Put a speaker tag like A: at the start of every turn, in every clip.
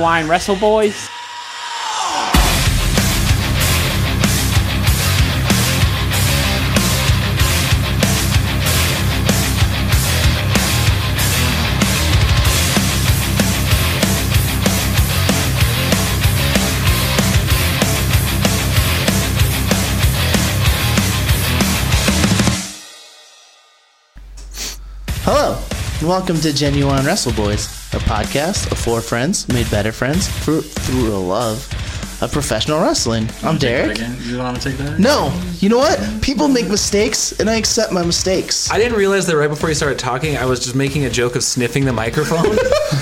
A: Wine Wrestle Boys.
B: Hello, and welcome to Genuine Wrestle Boys, a podcast of four friends made better friends through, through the love of professional wrestling. I'm Derek.
C: Again, you want to take that?
B: No, you know what? People make mistakes, and I accept my mistakes.
D: I didn't realize that right before you started talking, I was just making a joke of sniffing the microphone.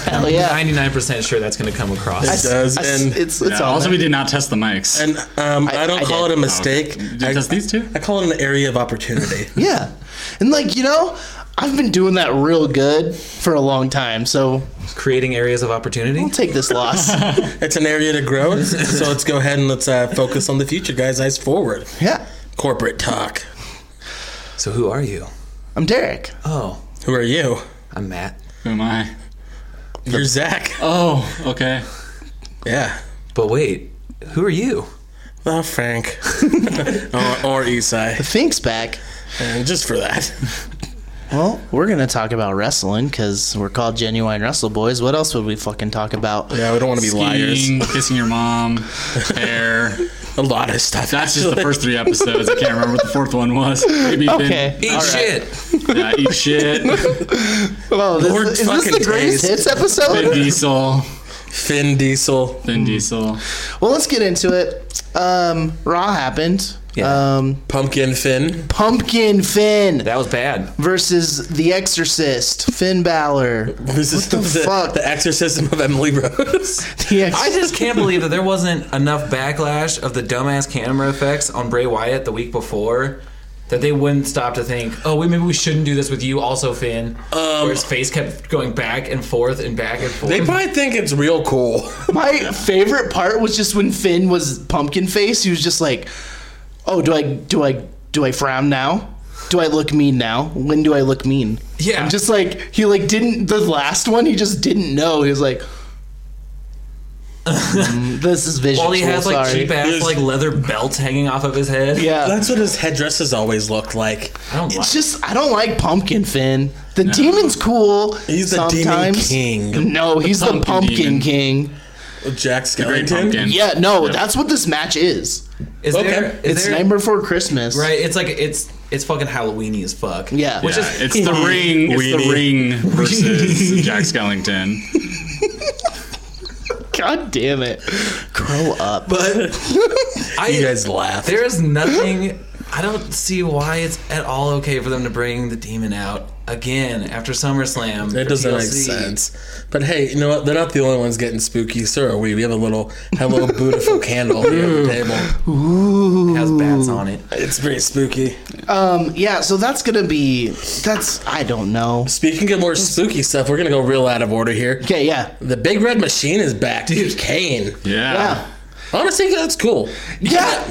B: Hell yeah.
D: 99% sure that's going to come across.
B: I-
E: It does,
B: I-
E: and-
B: it's it's
C: Yeah,
B: all
C: also,
B: there.
C: we did not test the mics.
E: And um, I, don't
B: I
E: call
B: did.
E: it a mistake. I,
C: Just these two?
E: I call it an area of opportunity.
B: yeah, and like you know, I've been doing that real good for a long time, so
D: Creating areas of opportunity.
B: I'll take this loss.
E: it's an area to grow. so let's go ahead and let's uh, focus on the future, guys. Eyes forward.
B: yeah,
E: Corporate talk.
D: So who are you?
B: I'm Derek.
D: Oh,
E: Who are you?
D: I'm Matt.
C: Who am I?
E: You're Zach.
C: Oh, okay.
E: Yeah.
D: But wait, who are you?
E: Oh, Frank. or, or Isai.
B: Fink's back.
E: And just for that.
B: Well, we're gonna talk about wrestling because we're called Genuine Wrestle Boys. What else would we fucking talk about?
E: Yeah, we don't want to be liars.
C: Skiing, kissing your mom, hair.
E: A lot of stuff.
C: That's just the
E: actually.
C: first three episodes. I can't remember what the fourth one was. Maybe it
B: Okay.
C: didn't-
D: Eat
B: All right.
D: shit.
C: Yeah, eat shit.
B: Well, this,
E: Lord
B: is this the
E: fucking
B: greatest
E: taste.
B: hits episode?
C: Vin Diesel.
E: Finn Diesel.
C: Vin Diesel.
B: Well, let's get into it. Um, Raw happened.
D: Yeah.
B: Um,
E: Pumpkin Finn.
B: Pumpkin Finn
D: That was bad.
B: versus The Exorcist. Finn Balor.
E: This is the,
B: fuck?
E: the exorcism of Emily Rose.
B: The Ex-
D: I just can't believe that there wasn't enough backlash of the dumbass camera effects on Bray Wyatt the week before that they wouldn't stop to think, oh, we maybe we shouldn't do this with you, also Finn. where his face kept going back and forth and back and forth.
E: They probably think it's real cool.
B: My favorite part was just when Finn was pumpkin face. He was just like, "Oh, do I do I do I frown now? Do I look mean now? When do I look mean?"
D: Yeah.
B: I'm just like he like didn't the last one. He just didn't know. He was like, "Mm, "This is visual."
D: While he has like
B: sorry.
D: cheap ass
E: Yes.
D: like leather belt hanging off of his head.
B: Yeah.
E: That's what his headdresses always look like.
D: I don't like
B: It's just I don't like Pumpkin Finn. The demon's cool.
E: He's the Demon
B: sometimes.
E: King.
B: No, he's the
C: Pumpkin
B: Pumpkin
C: Demon.
B: King.
E: Jack Skellington.
C: Great pumpkin.
B: Yeah, no,
C: Yeah.
B: that's what this match is.
D: Is
E: Okay.
D: there is
B: It's
D: there,
B: Night Before Christmas.
D: right? It's like it's it's fucking Halloweeny as fuck.
B: Yeah.
D: which
C: Yeah,
D: is
C: it's the ring. It's the
E: Weenie.
C: ring versus Jack Skellington.
B: God damn it. Grow up.
E: But
D: I,
E: you guys laugh.
D: there is nothing. I don't see why it's at all okay for them to bring the demon out again after SummerSlam.
E: It
D: for
E: doesn't make
D: TLC.
E: sense. But hey, you know what? They're not the only ones getting spooky. So are we. We have a little Hello Beautiful candle on the other table.
D: It has bats on it.
E: It's pretty spooky.
B: Um, yeah, so that's gonna be that's I don't know.
E: Speaking of more spooky stuff, we're going to go real out of order here.
B: Okay, yeah.
E: The Big Red Machine is back. Dude, Kane.
C: Yeah.
B: Yeah.
E: Honestly, that's cool.
B: Yeah.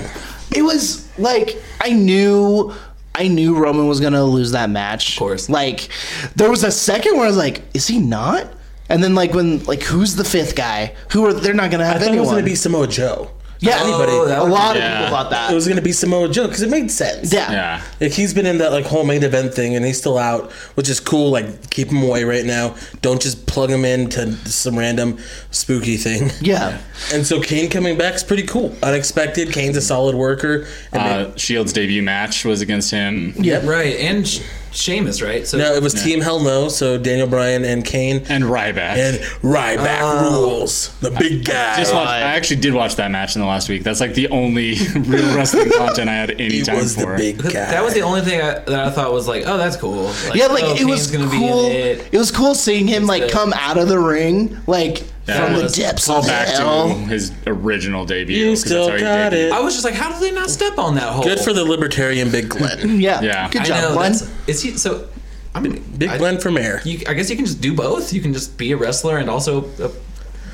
B: It was like I knew I knew Roman was gonna lose that match. Of
D: course.
B: Like there was a second where I was like, is he not? And then like when like who's the fifth guy? Who are they're not gonna have
E: I thought it
B: anyone?
E: was going to be Samoa Joe.
B: yeah,
E: anybody.
D: Oh, that
B: a
D: would be-
B: lot of
C: Yeah.
B: people thought that.
E: It was going to be Samoa Joe because it made sense.
B: yeah.
C: Yeah.
E: Like he's been in that like whole main event thing, and he's still out, which is cool. Like keep him away right now. Don't just plug him into some random spooky thing.
B: Yeah.
E: And so Kane coming back is pretty cool. Unexpected. Kane's a solid worker. And
C: Uh, Shield's debut match was against him.
E: yeah.
D: Right, and Sh- Sheamus, right? So
E: No, it was Team Hell No. So Daniel Bryan and Kane
C: And Ryback.
E: and Ryback rules. The big guy.
C: Just watch, Oh. I actually did watch that match in the last week. That's like the only real wrestling content I had any
E: he
C: time
E: was the
C: for.
E: big guy.
D: that was the only thing I, that I thought was like, oh, that's cool. Like,
B: Yeah, like
D: oh,
B: it was
D: Kane's gonna
B: cool.
D: Be in it.
B: It. was cool seeing him like
D: the-
B: come out of the ring, like
C: Yeah,
B: from the
C: let's
B: depths
C: All
B: of
C: back to
B: hell.
C: his original debut.
E: You
C: 'cause that's
E: still
C: how he
E: got
C: debuted.
E: it.
D: I was just like, how do they not step on that hole?
E: Good for the libertarian Big Glenn.
B: Yeah.
C: Yeah.
B: Good
C: I
B: job, Glenn.
D: that's- Is he so? I mean,
E: Big
D: I,
E: Glenn from air.
D: You, I guess you can just do both. You can just be a wrestler and also. A,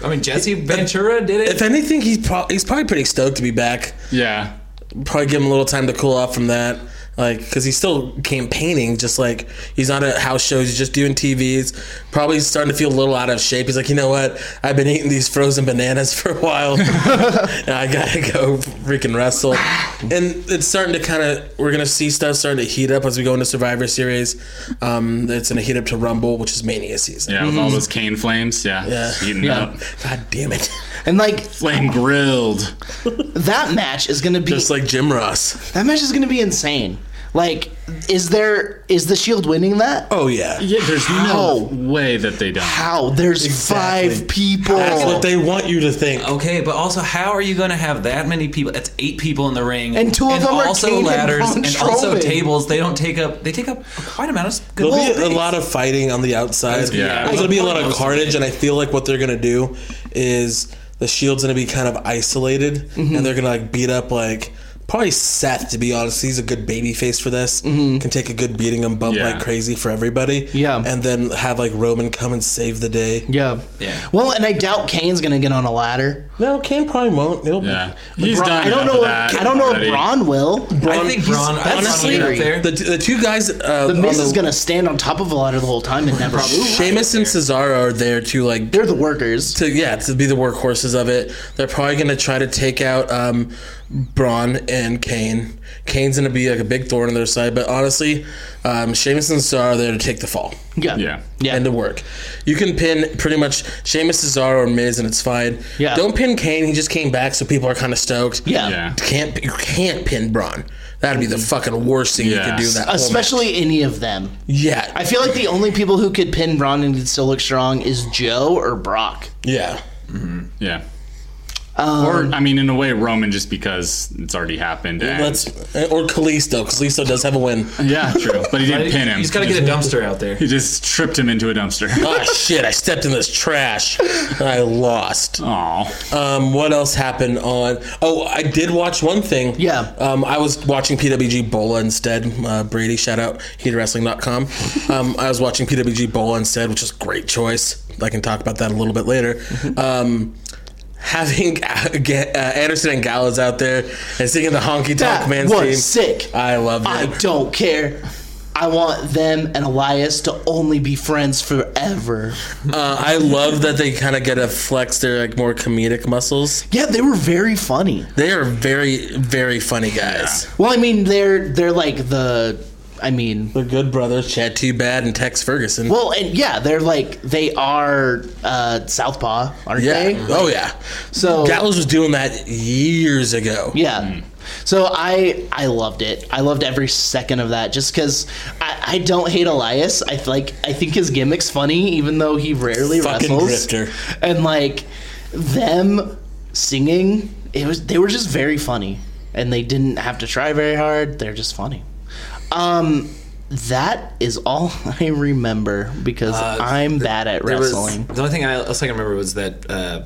D: I mean, Jesse Ventura did it.
E: If anything, he's, pro- he's probably pretty stoked to be back.
C: Yeah.
E: probably give him a little time to cool off from that. Like, because he's still campaigning, just like he's not at house shows, he's just doing TVs. Probably starting to feel a little out of shape. He's like, you know what? I've been eating these frozen bananas for a while. and I gotta go freaking wrestle. And it's starting to kind of, we're gonna see stuff starting to heat up as we go into Survivor Series. Um, it's gonna heat up to Rumble, which is Mania season.
C: Yeah, with all those cane flames. Yeah.
E: Yeah.
C: just Heating
B: Yeah.
C: up.
E: God damn it.
B: And like
C: Flame grilled.
B: that match is gonna be
E: Just like Jim Ross.
B: that match is gonna be insane. Like, is there is the Shield winning that?
E: Oh, yeah.
C: Yeah, there's
B: How?
C: no way that they don't.
B: How? There's
E: Exactly.
B: five people.
E: That's what they want you to think.
D: Okay, but also, how are you going to have that many people? That's eight people in the ring,
B: And two of them are Kane and Braun
D: and also
B: Strowman.
D: tables. They don't take up. They take up quite a amount of. Good
E: There'll be a
D: space.
E: lot of fighting on the outside.
C: Yeah.
E: There's gonna be a lot of carnage, and I feel like what they're gonna do is the shield's gonna be kind of isolated,
B: Mm-hmm.
E: and they're gonna like beat up like probably Seth. To be honest, he's a good baby face for this. Can take a good beating and bump
C: Yeah.
E: like crazy for everybody.
B: Mm-hmm. Yeah.
E: and then have like Roman come and save the day.
B: Yeah.
D: Yeah.
B: Well, and I doubt Kane's gonna get on a ladder.
E: No, Kane probably won't. It'll
C: Yeah. He's
B: Bron-
C: done.
B: I don't
C: enough
B: know. If,
C: of that
B: I don't know
C: already.
B: if Braun will.
D: I think Braun. I honestly,
E: honestly,
D: up there.
E: the the two guys. Uh,
B: The
E: on
B: Miz is gonna stand on top of a ladder the whole time and never. move.
E: Sheamus and Cesaro are there to like
B: They're the workers.
E: to yeah to be the workhorses of it. They're probably going to try to take out um, Braun and Kane. Kane's going to be like a big thorn on their side, but honestly, um, Sheamus and Cesaro are there to take the fall
B: Yeah.
C: Yeah.
B: Yeah.
E: and to work. You can pin pretty much Sheamus, Cesaro, or Miz, and it's fine.
B: Yeah.
E: Don't pin Kane. He just came back, so people are kind of stoked.
B: yeah. Mm-hmm.
C: Yeah.
E: Can't you can't pin Braun. That'd be the fucking worst thing you
C: Yeah.
E: could do. That whole
B: Especially any of them.
E: match. yeah,
B: I feel like the only people who could pin Braun and could still look strong is Joe or Brock.
E: yeah.
C: Yeah. or I mean, in a way, Roman, just because it's already happened. And,
E: Let's or Kalisto. Kalisto does have a win.
C: yeah, true. But he didn't pin him.
D: He's got to get a dumpster out there.
C: He just tripped him into a dumpster.
E: Ah, shit, I stepped in this trash. I lost.
C: Aw.
E: Um, what else happened on? Oh, I did watch one thing.
B: Yeah.
E: Um, I was watching PWG Bola instead. Uh, Brady, shout out, heatedwrestling.com. um, I was watching PWG Bola instead, which is a great choice. I can talk about that a little bit later. Um, having Ga- uh, Anderson and Gallows out there and singing the Honky Tonk
B: That
E: Man's
B: was
E: team.
B: sick.
E: I love
B: I
E: it.
B: don't care. I want them and Elias to only be friends forever.
E: Uh, I love that they kind of get to flex their like more comedic muscles.
B: Yeah, they were very funny.
E: They are very, very funny guys.
B: Well, I mean, they're they're like the. I mean,
E: They're good brothers. Chad Too Bad and Tex Ferguson.
B: well, and yeah, they're like they are uh, Southpaw, aren't
E: yeah.
B: they?
E: Oh yeah.
B: So
E: Gallows was doing that years ago.
B: Yeah. So I I loved it. I loved every second of that just because I, I don't hate Elias. I th- like I think his gimmick's funny, even though he rarely
E: Fucking
B: wrestles.
E: grifter.
B: And like them singing, it was they were just very funny, and they didn't have to try very hard. They're just funny. Um, that is all I remember because
E: Uh,
B: I'm bad at
D: There was-
B: wrestling.
D: the only thing I, else I can remember was that uh,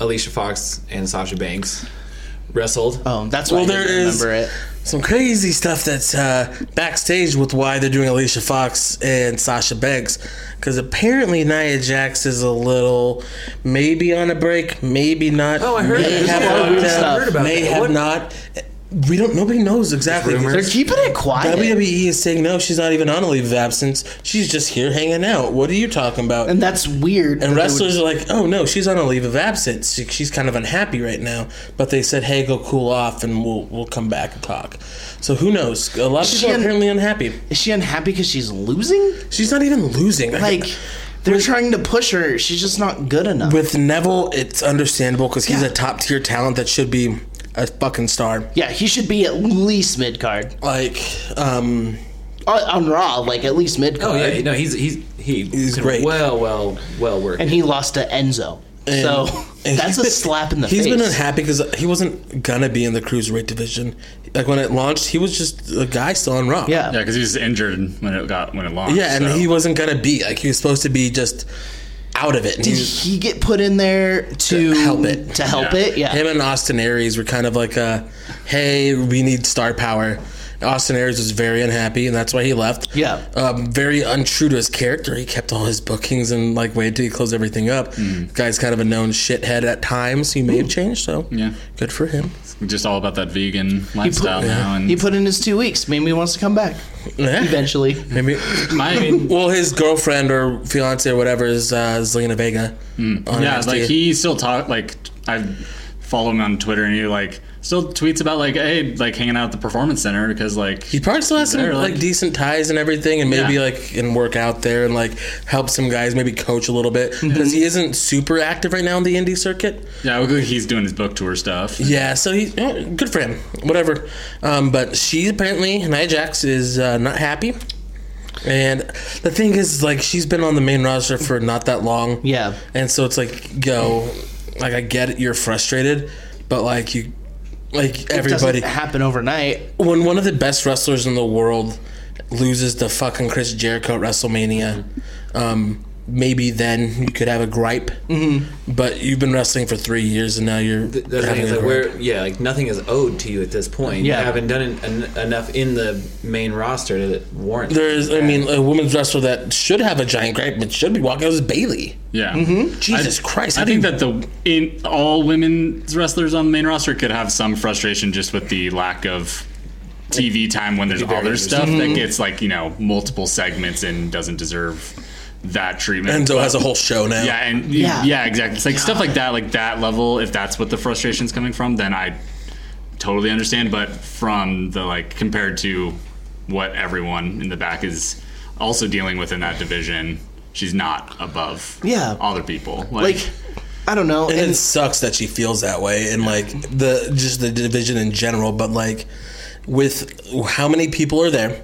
D: Alicia Fox and Sasha Banks wrestled.
B: oh, that's why
E: Well,
B: I didn't
E: there is-
B: remember it.
E: Some crazy stuff that's uh, backstage with why they're doing Alicia Fox and Sasha Banks. Because apparently Nia Jax is a little maybe on a break, maybe not.
D: Oh, I heard
E: may
D: that.
E: have
B: Yeah, I heard
E: worked out,
B: stuff. I heard
D: about
E: may
D: that.
E: have
D: What-
E: not. We don't. Nobody knows exactly.
D: rumors.
B: They're keeping it quiet.
E: WWE E is saying no, she's not even on a leave of absence. She's just here hanging out. What are you talking about?
B: and
E: And,
B: that's weird. that they would
E: wrestlers are like, oh no, she's on a leave of absence. She, she's kind of unhappy right now. But they said, hey, go cool off, and we'll we'll come back and talk. So who knows? A lot of people
B: She
E: are
B: un-
E: apparently unhappy.
B: Is she unhappy because she's losing?
E: She's not even losing.
B: Like, they're trying to push her. She's just not good enough.
E: with Neville, it's understandable because he's
B: Yeah.
E: a top tier talent that should be a fucking star.
B: yeah, he should be at least mid card
E: Like, um,
B: on, on Raw, like at least mid
D: oh
B: card.
D: yeah, no, he's he's he
E: He's
D: can
E: great.
D: Well, well, well work.
B: And he lost to Enzo.
E: And-
B: so
E: and
B: that's
E: he's
B: a
E: been-
B: slap in the
E: He's
B: face.
E: been unhappy because he wasn't gonna be in the cruiserweight division. Like when it launched, he was just a guy still on Raw.
B: Yeah.
C: Yeah, because he was injured when it got when it launched.
E: yeah, and
C: so.
E: he wasn't gonna be like he was supposed to be just out of it. And he
B: Did
E: was-
B: he get put in there to,
E: help it.
B: To help
C: Yeah.
B: it, yeah.
E: him and Austin Aries were kind of like, uh, "Hey, we need star power." Austin Aries was very unhappy, and that's why he left.
B: Yeah.
E: Um, very untrue to his character. He kept all his bookings and like waited till he closed everything up.
B: Mm.
E: Guy's kind of a known shithead at times. He may have changed, so
C: Yeah.
E: good for him.
C: Just all about that vegan lifestyle now. And
B: He put in his two weeks. Maybe he wants to come back
E: Yeah.
B: eventually.
E: Maybe.
C: my
E: Well, his girlfriend or fiance or whatever is uh, Zelina Vega. on
C: Hmm. yeah,
E: NXT.
C: like he still talk like I follow him on Twitter, and he like still tweets about like hey, like hanging out at the performance center because like
E: He probably still has some
C: They're
E: like,
C: like-
E: decent ties and everything, and maybe
C: Yeah.
E: like and work out there and like help some guys maybe coach a little bit
C: Mm-hmm.
E: because he isn't super active right now in the indie circuit.
C: yeah, look like he's doing his book tour stuff.
E: Yeah, so he yeah, good for him, whatever. Um, but she apparently Nia Jax is uh, not happy, and the thing is like she's been on the main roster for not that long.
B: Yeah.
E: and so it's like go, like I get it, you're frustrated, but like you, like everybody
B: It doesn't happen overnight.
E: when one of the best wrestlers in the world loses to fucking Chris Jericho at WrestleMania, um, maybe then you could have a gripe. Mm-hmm. But you've been wrestling for three years, and now you're
D: The thing
E: having
D: is
E: a
D: that
E: gripe.
D: we're yeah, like nothing is owed to you at this point.
B: Yeah.
D: you haven't done en- en- enough in the main roster to warrant.
E: There's, I mean, a women's wrestler that should have a giant gripe, but should be walking out is Bailey.
C: Yeah.
E: Mm-hmm. Jesus Christ!
C: I
E: how do
C: think
E: you-
C: that the in all women's wrestlers on the main roster could have some frustration just with the lack of TV time when there's
D: very
C: other
D: interesting.
C: stuff that
E: Mm-hmm.
C: gets like you know multiple segments and doesn't deserve that treatment.
E: Enzo has a whole show now.
C: yeah, and
B: Yeah.
C: yeah, yeah exactly. It's like stuff like that, like that level. If that's what the frustration's coming from, then I totally understand. But from the like compared to what everyone in the back is also dealing with in that division, she's not above
B: Yeah.
C: other people.
B: Like, I don't know.
E: and
B: and-
E: it sucks that she feels that way and like the just the division in general but like with how many people are there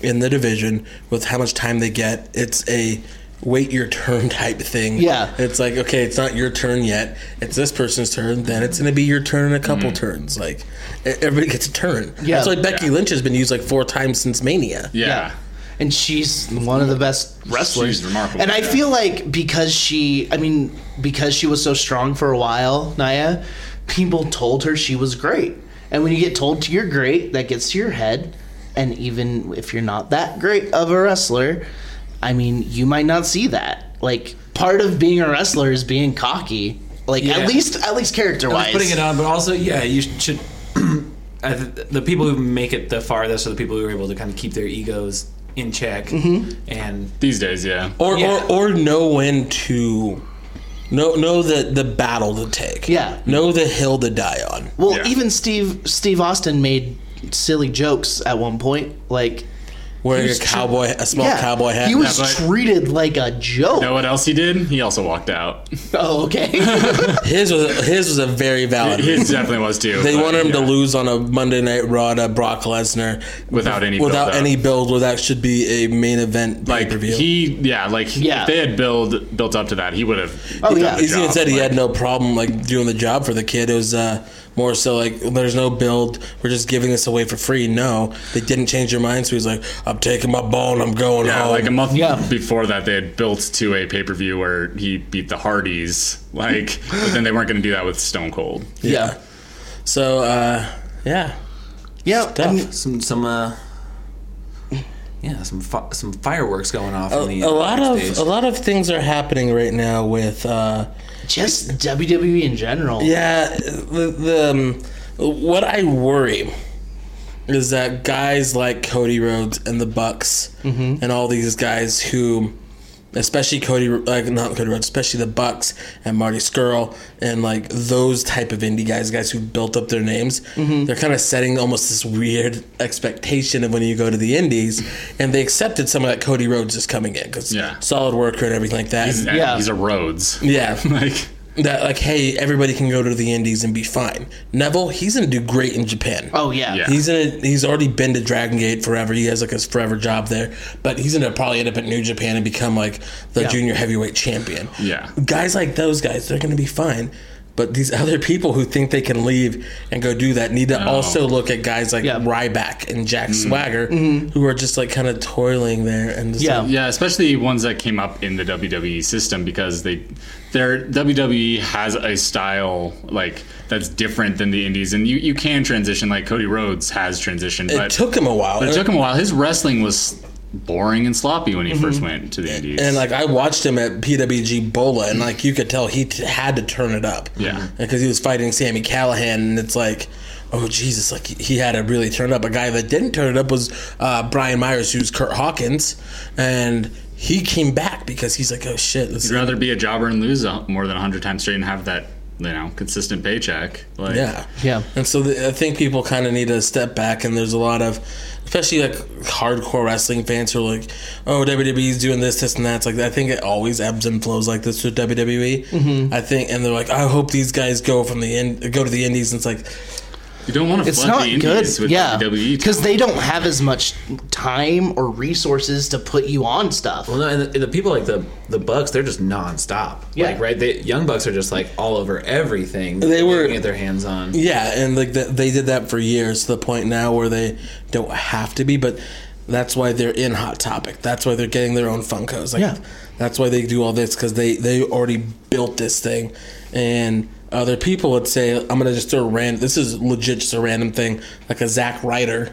E: in the division with how much time they get it's a wait your turn type thing
B: Yeah.
E: it's like okay it's not your turn yet it's this person's turn then it's going to be your turn in a couple turns like e- everybody gets a turn
B: Yeah.
E: that's why becky
C: Yeah.
E: lynch has been used like four times since mania
C: yeah.
B: And she's one of the best wrestlers.
C: She's remarkable,
B: And I
C: yeah.
B: feel like because she, I mean, because she was so strong for a while, Naya, people told her she was great. And when you get told you're great, that gets to your head. And even if you're not that great of a wrestler, I mean, you might not see that. Like part of being a wrestler is being cocky. Like
D: Yeah.
B: at least, at least character
D: I was
B: wise.
D: putting it on, but also yeah, you should. I th- the people who make it the farthest are the people who are able to kind of keep their egos in check
E: Mm-hmm.
D: and
C: These days, yeah.
E: or
D: Yeah.
E: or, or know when to know know the the battle to take
B: Yeah.
E: know the hill to die on
B: Well,
C: Yeah.
B: even Steve Steve Austin made silly jokes at one point. Like
E: wearing a
B: was
E: cowboy, a small cowboy hat.
B: He was
C: Yeah, but-
B: treated like a joke.
C: Know what else he did? He also walked out.
B: Oh, okay.
E: his was his was a very valid.
C: His definitely was too.
E: they
C: but,
E: wanted him to
C: yeah.
E: lose on a Monday Night Raw to Brock Lesnar
C: without any
E: without
C: build-up.
E: any build, where that should be a main event
C: like
E: pay-per-view.
C: he yeah like
B: Yeah.
C: if they had build built up to that he would have
B: Oh,
C: done
B: yeah.
C: the
E: He's even
C: job,
E: said he
C: like-
E: had no problem like doing the job for the kid. It was uh, more so like there's no build. We're just giving this away for free. No, they didn't change their mind. So he's like, I'm taking my ball and I'm going
C: Yeah,
E: home.
C: like a month
B: Yeah.
C: before that, they had built to a pay per view where he beat the Hardys. Like, but then they weren't going to do that with Stone Cold.
E: yeah. So uh, yeah,
B: yeah. I
E: Tough.
B: mean,
D: some some uh yeah some fi- some fireworks going off in the
E: a lot of
D: backstage.
E: a lot of things are happening right now with. Uh,
B: just WWE in general.
E: Yeah, the, the um, what I worry is that guys like Cody Rhodes and the Bucks
C: Mm-hmm.
E: and all these guys who, especially Cody, like not Cody Rhodes, especially the Bucks and Marty Skrull and like those type of indie guys, guys who built up their names,
C: Mm-hmm.
E: they're kind of setting almost this weird expectation of when you go to the indies, and they accepted some of that Cody Rhodes is coming in because
C: Yeah.
E: solid worker and everything like that.
C: He's,
B: Yeah.
C: he's a Rhodes.
E: yeah
C: Like,
E: that like hey everybody can go to the indies and be fine neville he's gonna do great in japan
B: Oh yeah.
C: Yeah.
E: he's gonna he's already been to dragon gate forever he has like his forever job there but he's gonna probably end up at new japan and become like the junior heavyweight champion
C: Yeah.
E: guys like those guys they're gonna be fine But these other people who think they can leave and go do that need to also look at guys like
B: Yeah. Mm-hmm.
E: Ryback and Jack
C: Mm-hmm.
E: Swagger, who are just like kind of toiling there and just
B: Yeah.
E: like,
C: Yeah, especially ones that came up in the WWE system because they their WWE has a style like that's different than the indies and you, you can transition like Cody Rhodes has transitioned
E: it
C: but
E: took him a while.
C: but it
E: And-
C: took him a while. His wrestling was boring and sloppy when he first went to the indies.
E: Mm-hmm. And like I watched him at PWG Bola, and like you could tell he t- had to turn it up.
C: Yeah.
E: because he was fighting Sammy Callahan, and it's like, oh Jesus, like he had to really turn it up. A guy that didn't turn it up was uh, Brian Myers, who's Kurt Hawkins, and he came back because he's like, oh shit, this
C: I'd rather be a jobber and lose a, more than 100 times straight and have that, you know, consistent paycheck. Like,
E: yeah.
B: Yeah.
E: And so the, I think people kind of need to step back, and there's a lot of, especially like hardcore wrestling fans who are like, "Oh, WWE's doing this, this, and that." It's like I think it always ebbs and flows like this with WWE. I think, and they're like, "I hope these guys go from the end, go to the Indies." And it's like,
C: You don't want to
B: It's
C: flood
B: not
C: the E
B: good.
C: indies with
B: yeah.
C: WWE.
B: Because they don't have as much time or resources to put you on stuff.
D: Well, no, and the, the people like the the Bucks, they're just nonstop.
B: Yeah.
D: Like right, the young Bucks are just like all over everything. that
E: They were-
D: can get their hands on.
E: Yeah, and like th they did that for years to the point now where they don't have to be, but that's why they're in Hot Topic. That's why they're getting their own Funkos. Like,
B: Yeah.
E: that's why they do all this because they they already built this thing, and other people would say, "I'm gonna just throw a random." This is legit just a random thing, like a Zack Ryder.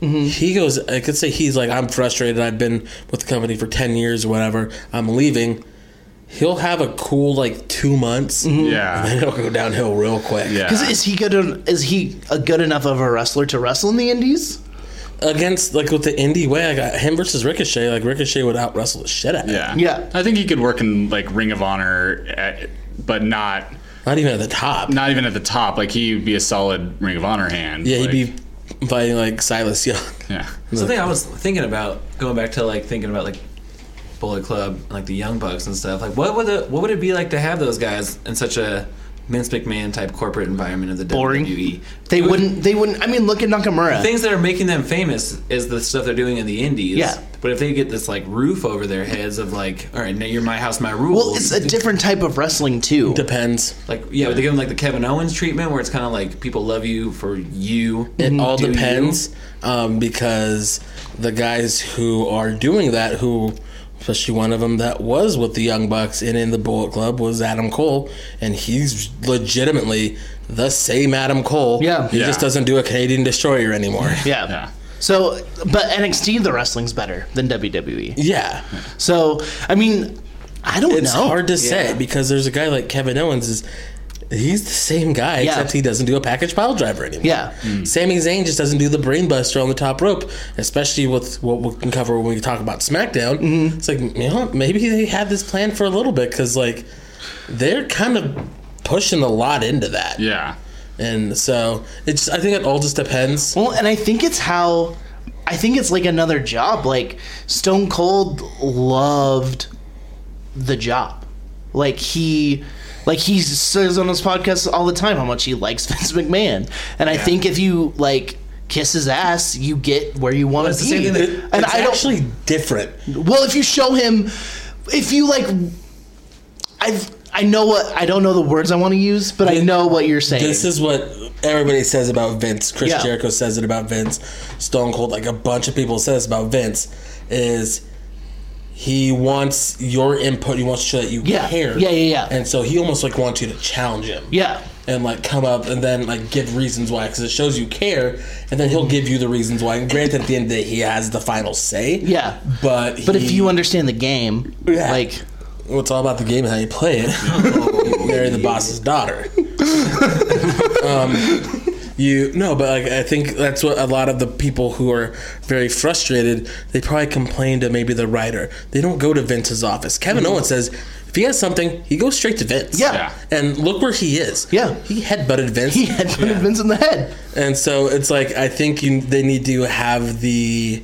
E: He goes. I could say he's like, "I'm frustrated. I've been with the company for ten years, or whatever. I'm leaving." He'll have a cool like two months. And
C: yeah.
E: it'll go downhill real quick.
B: Because
C: Yeah.
B: is he good? En- is he a good enough of a wrestler to wrestle in the indies?
E: against like with the indie way, I got him versus Ricochet. Like Ricochet would out wrestle the shit out of him.
C: Yeah.
B: Yeah.
C: I think he could work in like Ring of Honor, at, but not
E: Not even at the top.
C: not even at the top. Like he would be a solid Ring of Honor hand.
E: yeah,
C: like,
E: he'd be fighting like Silas Young.
C: Yeah.
D: Something I was thinking about going back to like thinking about like Bullet Club, and, like the Young Bucks and stuff. Like, what would the, what would it be like to have those guys in such a Vince McMahon type corporate environment of the
B: Boring.
D: WWE?
B: They wouldn't. They wouldn't. I mean, look at Nakamura.
D: Things that are making them famous is the stuff they're doing in the indies.
B: Yeah.
D: But if they get this like roof over their heads of like, all right, now you're my house, my rules.
B: well, it's a different type of wrestling too.
E: Depends.
D: Like yeah, but they give them like the Kevin Owens treatment, where it's kind of like people love you for you.
E: It all
D: Mm, Do you.
E: depends um, because the guys who are doing that, who especially one of them that was with the Young Bucks and in the Bullet Club was Adam Cole, and he's legitimately the same Adam Cole.
B: Yeah.
E: he
C: Yeah.
E: just doesn't do a Canadian Destroyer anymore.
B: Yeah.
C: Yeah.
B: So, but NXT the wrestling's better than E. WWE.
E: yeah.
B: So, I mean, I don't
E: It's
B: know.
E: hard to
D: Yeah.
E: say because there's a guy like Kevin Owens is he's the same guy
B: Yeah.
E: except he doesn't do a package pile driver anymore.
B: Yeah.
E: Sami Zayn just doesn't do the brainbuster on the top rope, especially with what we can cover when we talk about SmackDown.
B: Mm-hmm.
E: It's like you know, maybe they had this plan for a little bit because like they're kind of pushing a lot into that,
C: Yeah.
E: and so it's I think it all just depends.
B: Well, and I think it's how I think it's like another job. Like Stone Cold loved the job. Like he like he says on his podcast all the time how much he likes Vince McMahon. And I think if you like kiss his ass, you get where you want
D: it's
B: to
D: the
B: be.
D: same thing that-
E: It-
B: and
E: it's
B: I don't
E: actually different.
B: well, if you show him, if you like, I I know what I don't know the words I want to use, but I know what you're saying.
E: This is what everybody says about Vince. Chris
B: Yeah.
E: Jericho says it about Vince. Stone Cold, like a bunch of people says about Vince, is he wants your input. He wants to show that you
B: Yeah.
E: care.
B: Yeah, yeah, yeah.
E: And so he almost like wants you to challenge him.
B: yeah,
E: And like come up and then like give reasons why because it shows you care, and then he'll give you the reasons why. And granted, at the end of the day, he has the final say.
B: yeah.
E: But
B: But if
E: he-
B: you understand the game,
E: Yeah.
B: like
E: well, it's all about the game and how you play it. You Marry the boss's daughter. um, you no, but like, I think that's what a lot of the people who are very frustrated. They probably complain to maybe the writer. They don't go to Vince's office. Kevin Owens says if he has something, he goes straight to Vince.
B: Mm-hmm. Yeah.
C: Yeah.
E: and look where he is.
B: Yeah.
E: he headbutted Vince.
B: he had Vince in the head.
E: And so it's like I think you they need to have the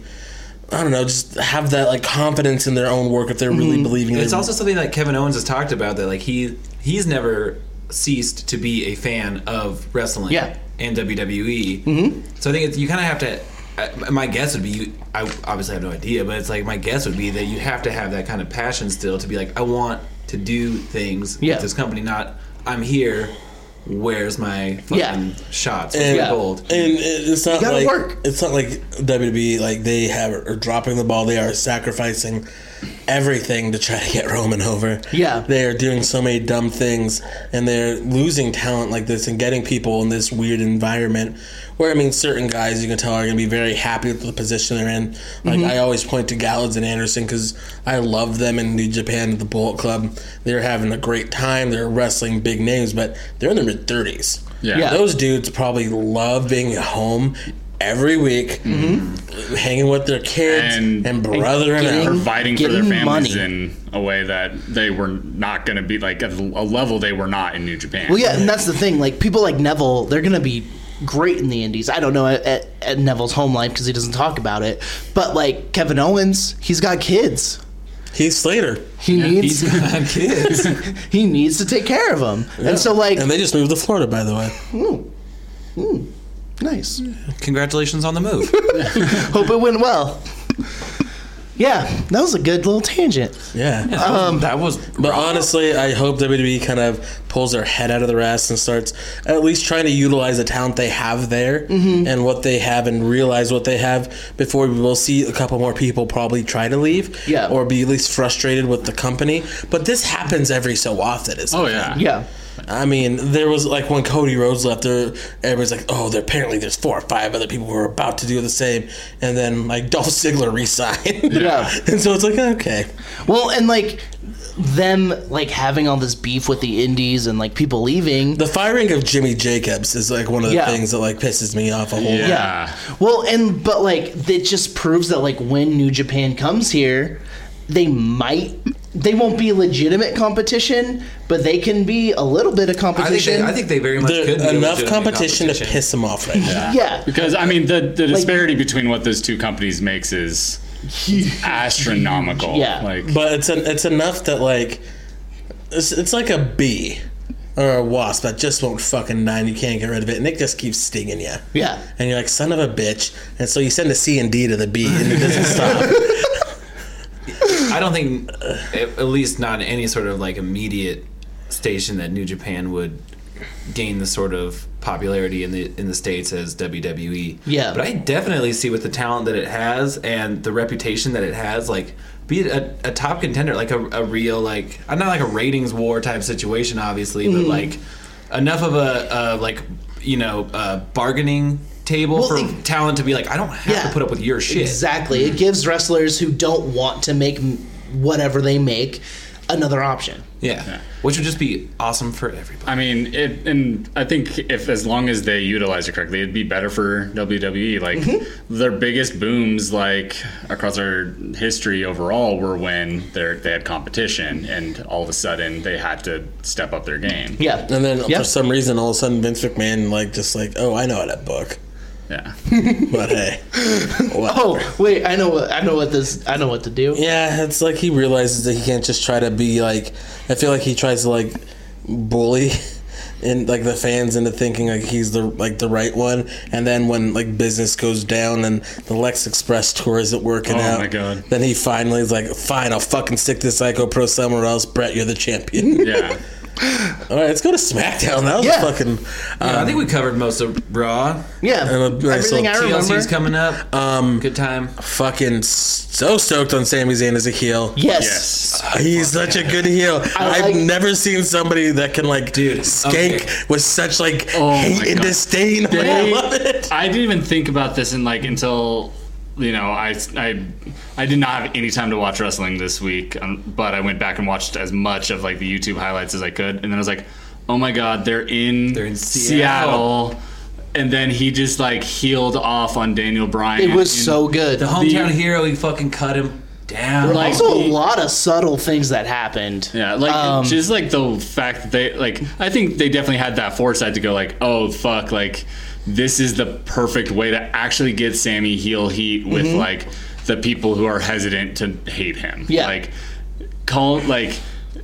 E: I don't know, just have that like confidence in their own work if they're really
B: Mm-hmm.
E: believing.
D: It's
E: they-
D: also something that Kevin Owens has talked about that like he he's never ceased to be a fan of wrestling
B: Yeah.
D: and WWE. Mm-hmm. So I think it's, you kind of have to. I- My guess would be you. I obviously have no idea, but it's like my guess would be that you have to have that kind of passion still to be like I want to do things
B: Yeah.
D: with this company, not I'm here. Where's my fucking
B: Yeah.
D: shots? Where's
E: And,
D: my
B: Yeah.
D: gold?
E: and it- it's not
B: gotta
E: like
B: work.
E: it's not like WWE like they have are dropping the ball. They are sacrificing everything to try to get Roman over.
B: Yeah.
E: they are doing so many dumb things, and they're losing talent like this and getting people in this weird environment. Where I mean, certain guys you can tell are going to be very happy with the position they're in. Like
B: Mm-hmm.
E: I always point to Gallows and Anderson because I love them in New Japan at the Bullet Club. They're having a great time. They're wrestling big names, but they're in their mid thirties.
C: Yeah.
B: Yeah.
E: Those dudes probably love being at home every week, hanging with their kids and,
C: And-
E: brothering
B: And
E: out.
B: Mm-hmm. getting-
C: providing for their
B: Getting
C: families
B: money.
C: in a way that they were not going to be like at a level they were not in New Japan.
B: Well, yeah, and that's the thing. Like people like Neville, they're gonna be great in the Indies. I don't know at, at, at Neville's home life because he doesn't talk about it. But like Kevin Owens, he's got kids.
E: Heath Slater.
B: He needs
D: He's got kids.
B: he needs to take care of them. And so like,
E: And they just moved to Florida, by the way.
B: nice.
D: Congratulations on the move.
B: Hope it went well. Yeah, that was a good little tangent.
E: Yeah.
D: that was
E: But honestly, I hope WWE kind of pulls their head out of the rest and starts at least trying to utilize the talent they have there
B: Mm-hmm.
E: and what they have and realize what they have before we will see a couple more people probably try to leave
B: Yeah.
E: or be at least frustrated with the company. But this happens every so often. It's
C: Oh yeah.
B: Yeah,
E: I mean, there was like when Cody Rhodes left, there everybody's like, "Oh, there apparently there's four or five other people who are about to do the same," and then like Dolph Ziggler resigned.
B: Yeah.
E: and so it's like, okay,
B: Well, and like them like having all this beef with the Indies and like people leaving.
E: the firing of Jimmy Jacobs is like one of the
B: Yeah.
E: things that like pisses me off a whole lot.
B: Yeah. Well, and but like it just proves that like when New Japan comes here, they might they won't be legitimate competition, but they can be a little bit of
D: I think,
B: competition.
D: they, I think they very much
E: There-
D: could be
E: enough
D: legitimate
E: competition, to piss him off right now.
B: yeah.
C: Because I mean, the, the disparity between what those two companies makes is astronomical.
B: Yeah.
C: Like,
E: But it's an, it's enough that like it's, it's like a bee or a wasp that just won't fucking die and you can't get rid of it and it just keeps stinging you.
B: Yeah.
E: And you're like, son of a bitch. And so you send a C and D to the B and it doesn't stop.
D: I don't think, at at least not in any sort of like immediate station that New Japan would gain the sort of popularity in the in the states as WWE.
B: Yeah.
D: But I definitely see with the talent that it has and the reputation that it has, like be it a, a top contender, like a, a real like I'm not like a ratings war type situation, obviously,
B: Mm-hmm.
D: but like enough of a, a like you know a bargaining table
B: Well,
D: for
B: it-
D: talent to be like I don't have to
B: Yeah.
D: put up with your shit.
B: Exactly. It gives wrestlers who don't want to make m- whatever they make another option.
D: Yeah.
C: Yeah.
D: Which would just be awesome for everybody.
C: I mean, it, and I think if as long as they utilize it correctly, it'd be better for WWE. Like
B: Mm-hmm.
C: their biggest booms, like across our history overall, were when they they had competition, and all of a sudden they had to step up their game.
B: Yeah.
E: And then
B: Yeah.
E: for some reason, all of a sudden, Vince McMahon like just like, oh, I know how to book.
C: Yeah.
E: But hey, whatever.
B: Oh wait, I know what I know what this I know what to do.
E: Yeah, it's like he realizes that he can't just try to be like. I feel like he tries to like bully and like the fans into thinking like he's the like the right one, and then when like business goes down and the Lex Express tour isn't working
C: Oh
E: out,
C: my God.
E: then he finally is like, "Fine, I'll fucking stick this Psycho Pro somewhere else." Brett, you're the champion.
C: Yeah.
E: All right, let's go to SmackDown. That was
B: Yeah.
E: a fucking.
D: Yeah, Uh, I
E: Um,
D: think we covered most of Raw.
B: Yeah.
E: And a nice
B: Everything I
E: little
B: remember.
D: TLC's coming up.
E: um,
D: Good time.
E: fucking so stoked on Sami Zayn as a heel.
B: yes.
C: Yes.
E: He's such a good heel.
B: I
E: I've
B: like-
E: never seen somebody that can like
D: Dude,
E: skank
D: okay.
E: with such like
C: Oh my
E: hate and
C: God.
E: disdain. Like, I
C: They-
E: love it.
C: I didn't even think about this in like until you know I I I did not have any time to watch wrestling this week, um, but I went back and watched as much of like the YouTube highlights as I could, and then I was like, oh my god, they're in
D: They're in Seattle.
C: Seattle. and then he just like healed off on Daniel Bryan.
B: It was
C: in-
B: so good.
D: The hometown
C: The-
D: hero, he fucking cut him down.
C: Like-
B: also a
C: the-
B: lot of subtle things that happened.
C: Yeah, like
B: Um,
C: just like the fact that they like I think they definitely had that foresight to go like, oh fuck, like this is the perfect way to actually get Sammy heel heat with
B: Mm-hmm.
C: like the people who are hesitant to hate him.
B: Yeah.
C: Like call like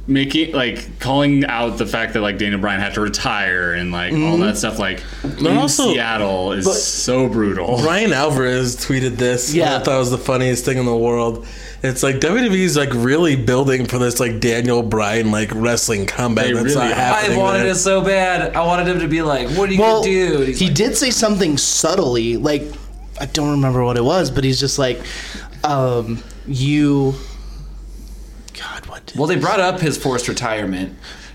C: making like calling out the fact that like Dana Bryan had to retire and like all
B: Mm-hmm.
C: that stuff like in
E: also-
C: Seattle is so brutal.
E: Brian Alvarez tweeted this. Yeah,
B: Yeah.
E: I thought it was the funniest thing in the world. It's like WWE's like really building for this like Daniel Bryan like wrestling comeback.
C: They
E: That's
C: really
E: not
C: are.
E: happening.
D: I wanted
E: there.
D: it so bad. I wanted him to be like, "What are you
B: Well,
D: gonna do?" And he's
B: he
D: like,
B: did say something subtly, like I don't remember what it was, but he's just like, um, "You, God, what?" Did,
D: Well, they brought up his forced retirement,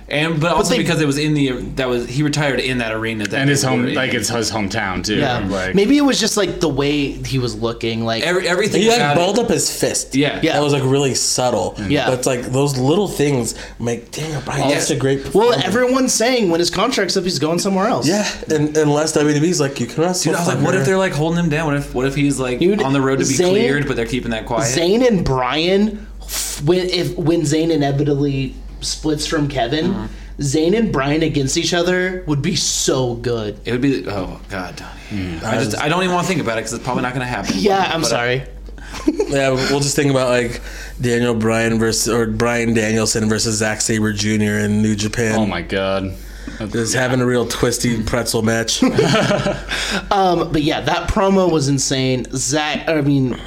D: and but also
B: they-
D: because it was in the that was he retired in that arena that
C: and his
D: they were
C: home
D: in.
C: like it's his hometown too.
B: yeah,
C: Like
B: maybe it was just like the way he was looking, like
D: Every, everything
E: He like
D: about
E: balled
D: it,
E: up his fist.
D: Yeah. Mm-hmm.
B: Yeah.
E: That was like really subtle.
B: Yeah.
E: But it's like those little things make Daniel Bryan
D: Yeah.
E: just a great
B: Well,
E: performer.
B: everyone's saying when his contract's up, he's going somewhere else.
E: Yeah. And unless WWE's like you can wrestle.
D: Dude, I was like, what if
E: fucker.
D: they're like holding him down? What if what if he's like
B: Dude,
D: on the road to be
B: Zayn-
D: cleared, but they're keeping that quiet?
B: Zayn and Brian, when if when Zayn inevitably splits from Kevin, Zayn and Brian against each other would be so good.
D: It would be oh god,
C: Mm.
D: Donnie. I
E: Um,
D: just I don't even want to think about it because it's probably not going to happen.
B: Yeah, I'm
D: But, uh,
B: sorry.
E: Yeah, but we'll just think about like Daniel Bryan versus or Brian Danielson versus Zack Saber Jr. in New Japan.
C: oh my god.
E: Just having a real twisty pretzel match.
B: Um, but yeah, that promo was insane. Zach, I mean,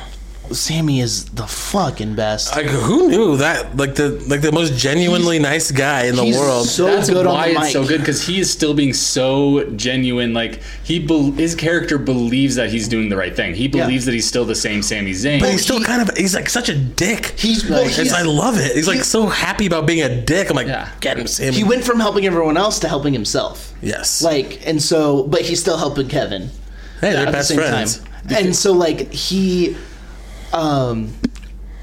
B: Sammy is the fucking best.
E: like who knew that? Like the like the most genuinely nice guy in the
B: He's
E: world.
B: so
C: That's
B: good
C: why
B: on the
C: it's
B: mic.
C: so good because he is still being so genuine. Like he, bel his character believes that he's doing the right thing. He believes that he's still the same Sami Zayn.
E: But he's still
B: he-
E: kind of he's like such a dick.
B: He's- well,
E: like,
B: he's-
E: I love it. He's like so happy about being a dick. I'm like,
C: Yeah.
E: get him, Sammy.
B: He went from helping everyone else to helping himself.
E: yes.
B: Like, and so, but he's still helping Kevin.
E: hey, they're
B: at
E: best
B: the same
E: friends.
B: time. And so like he um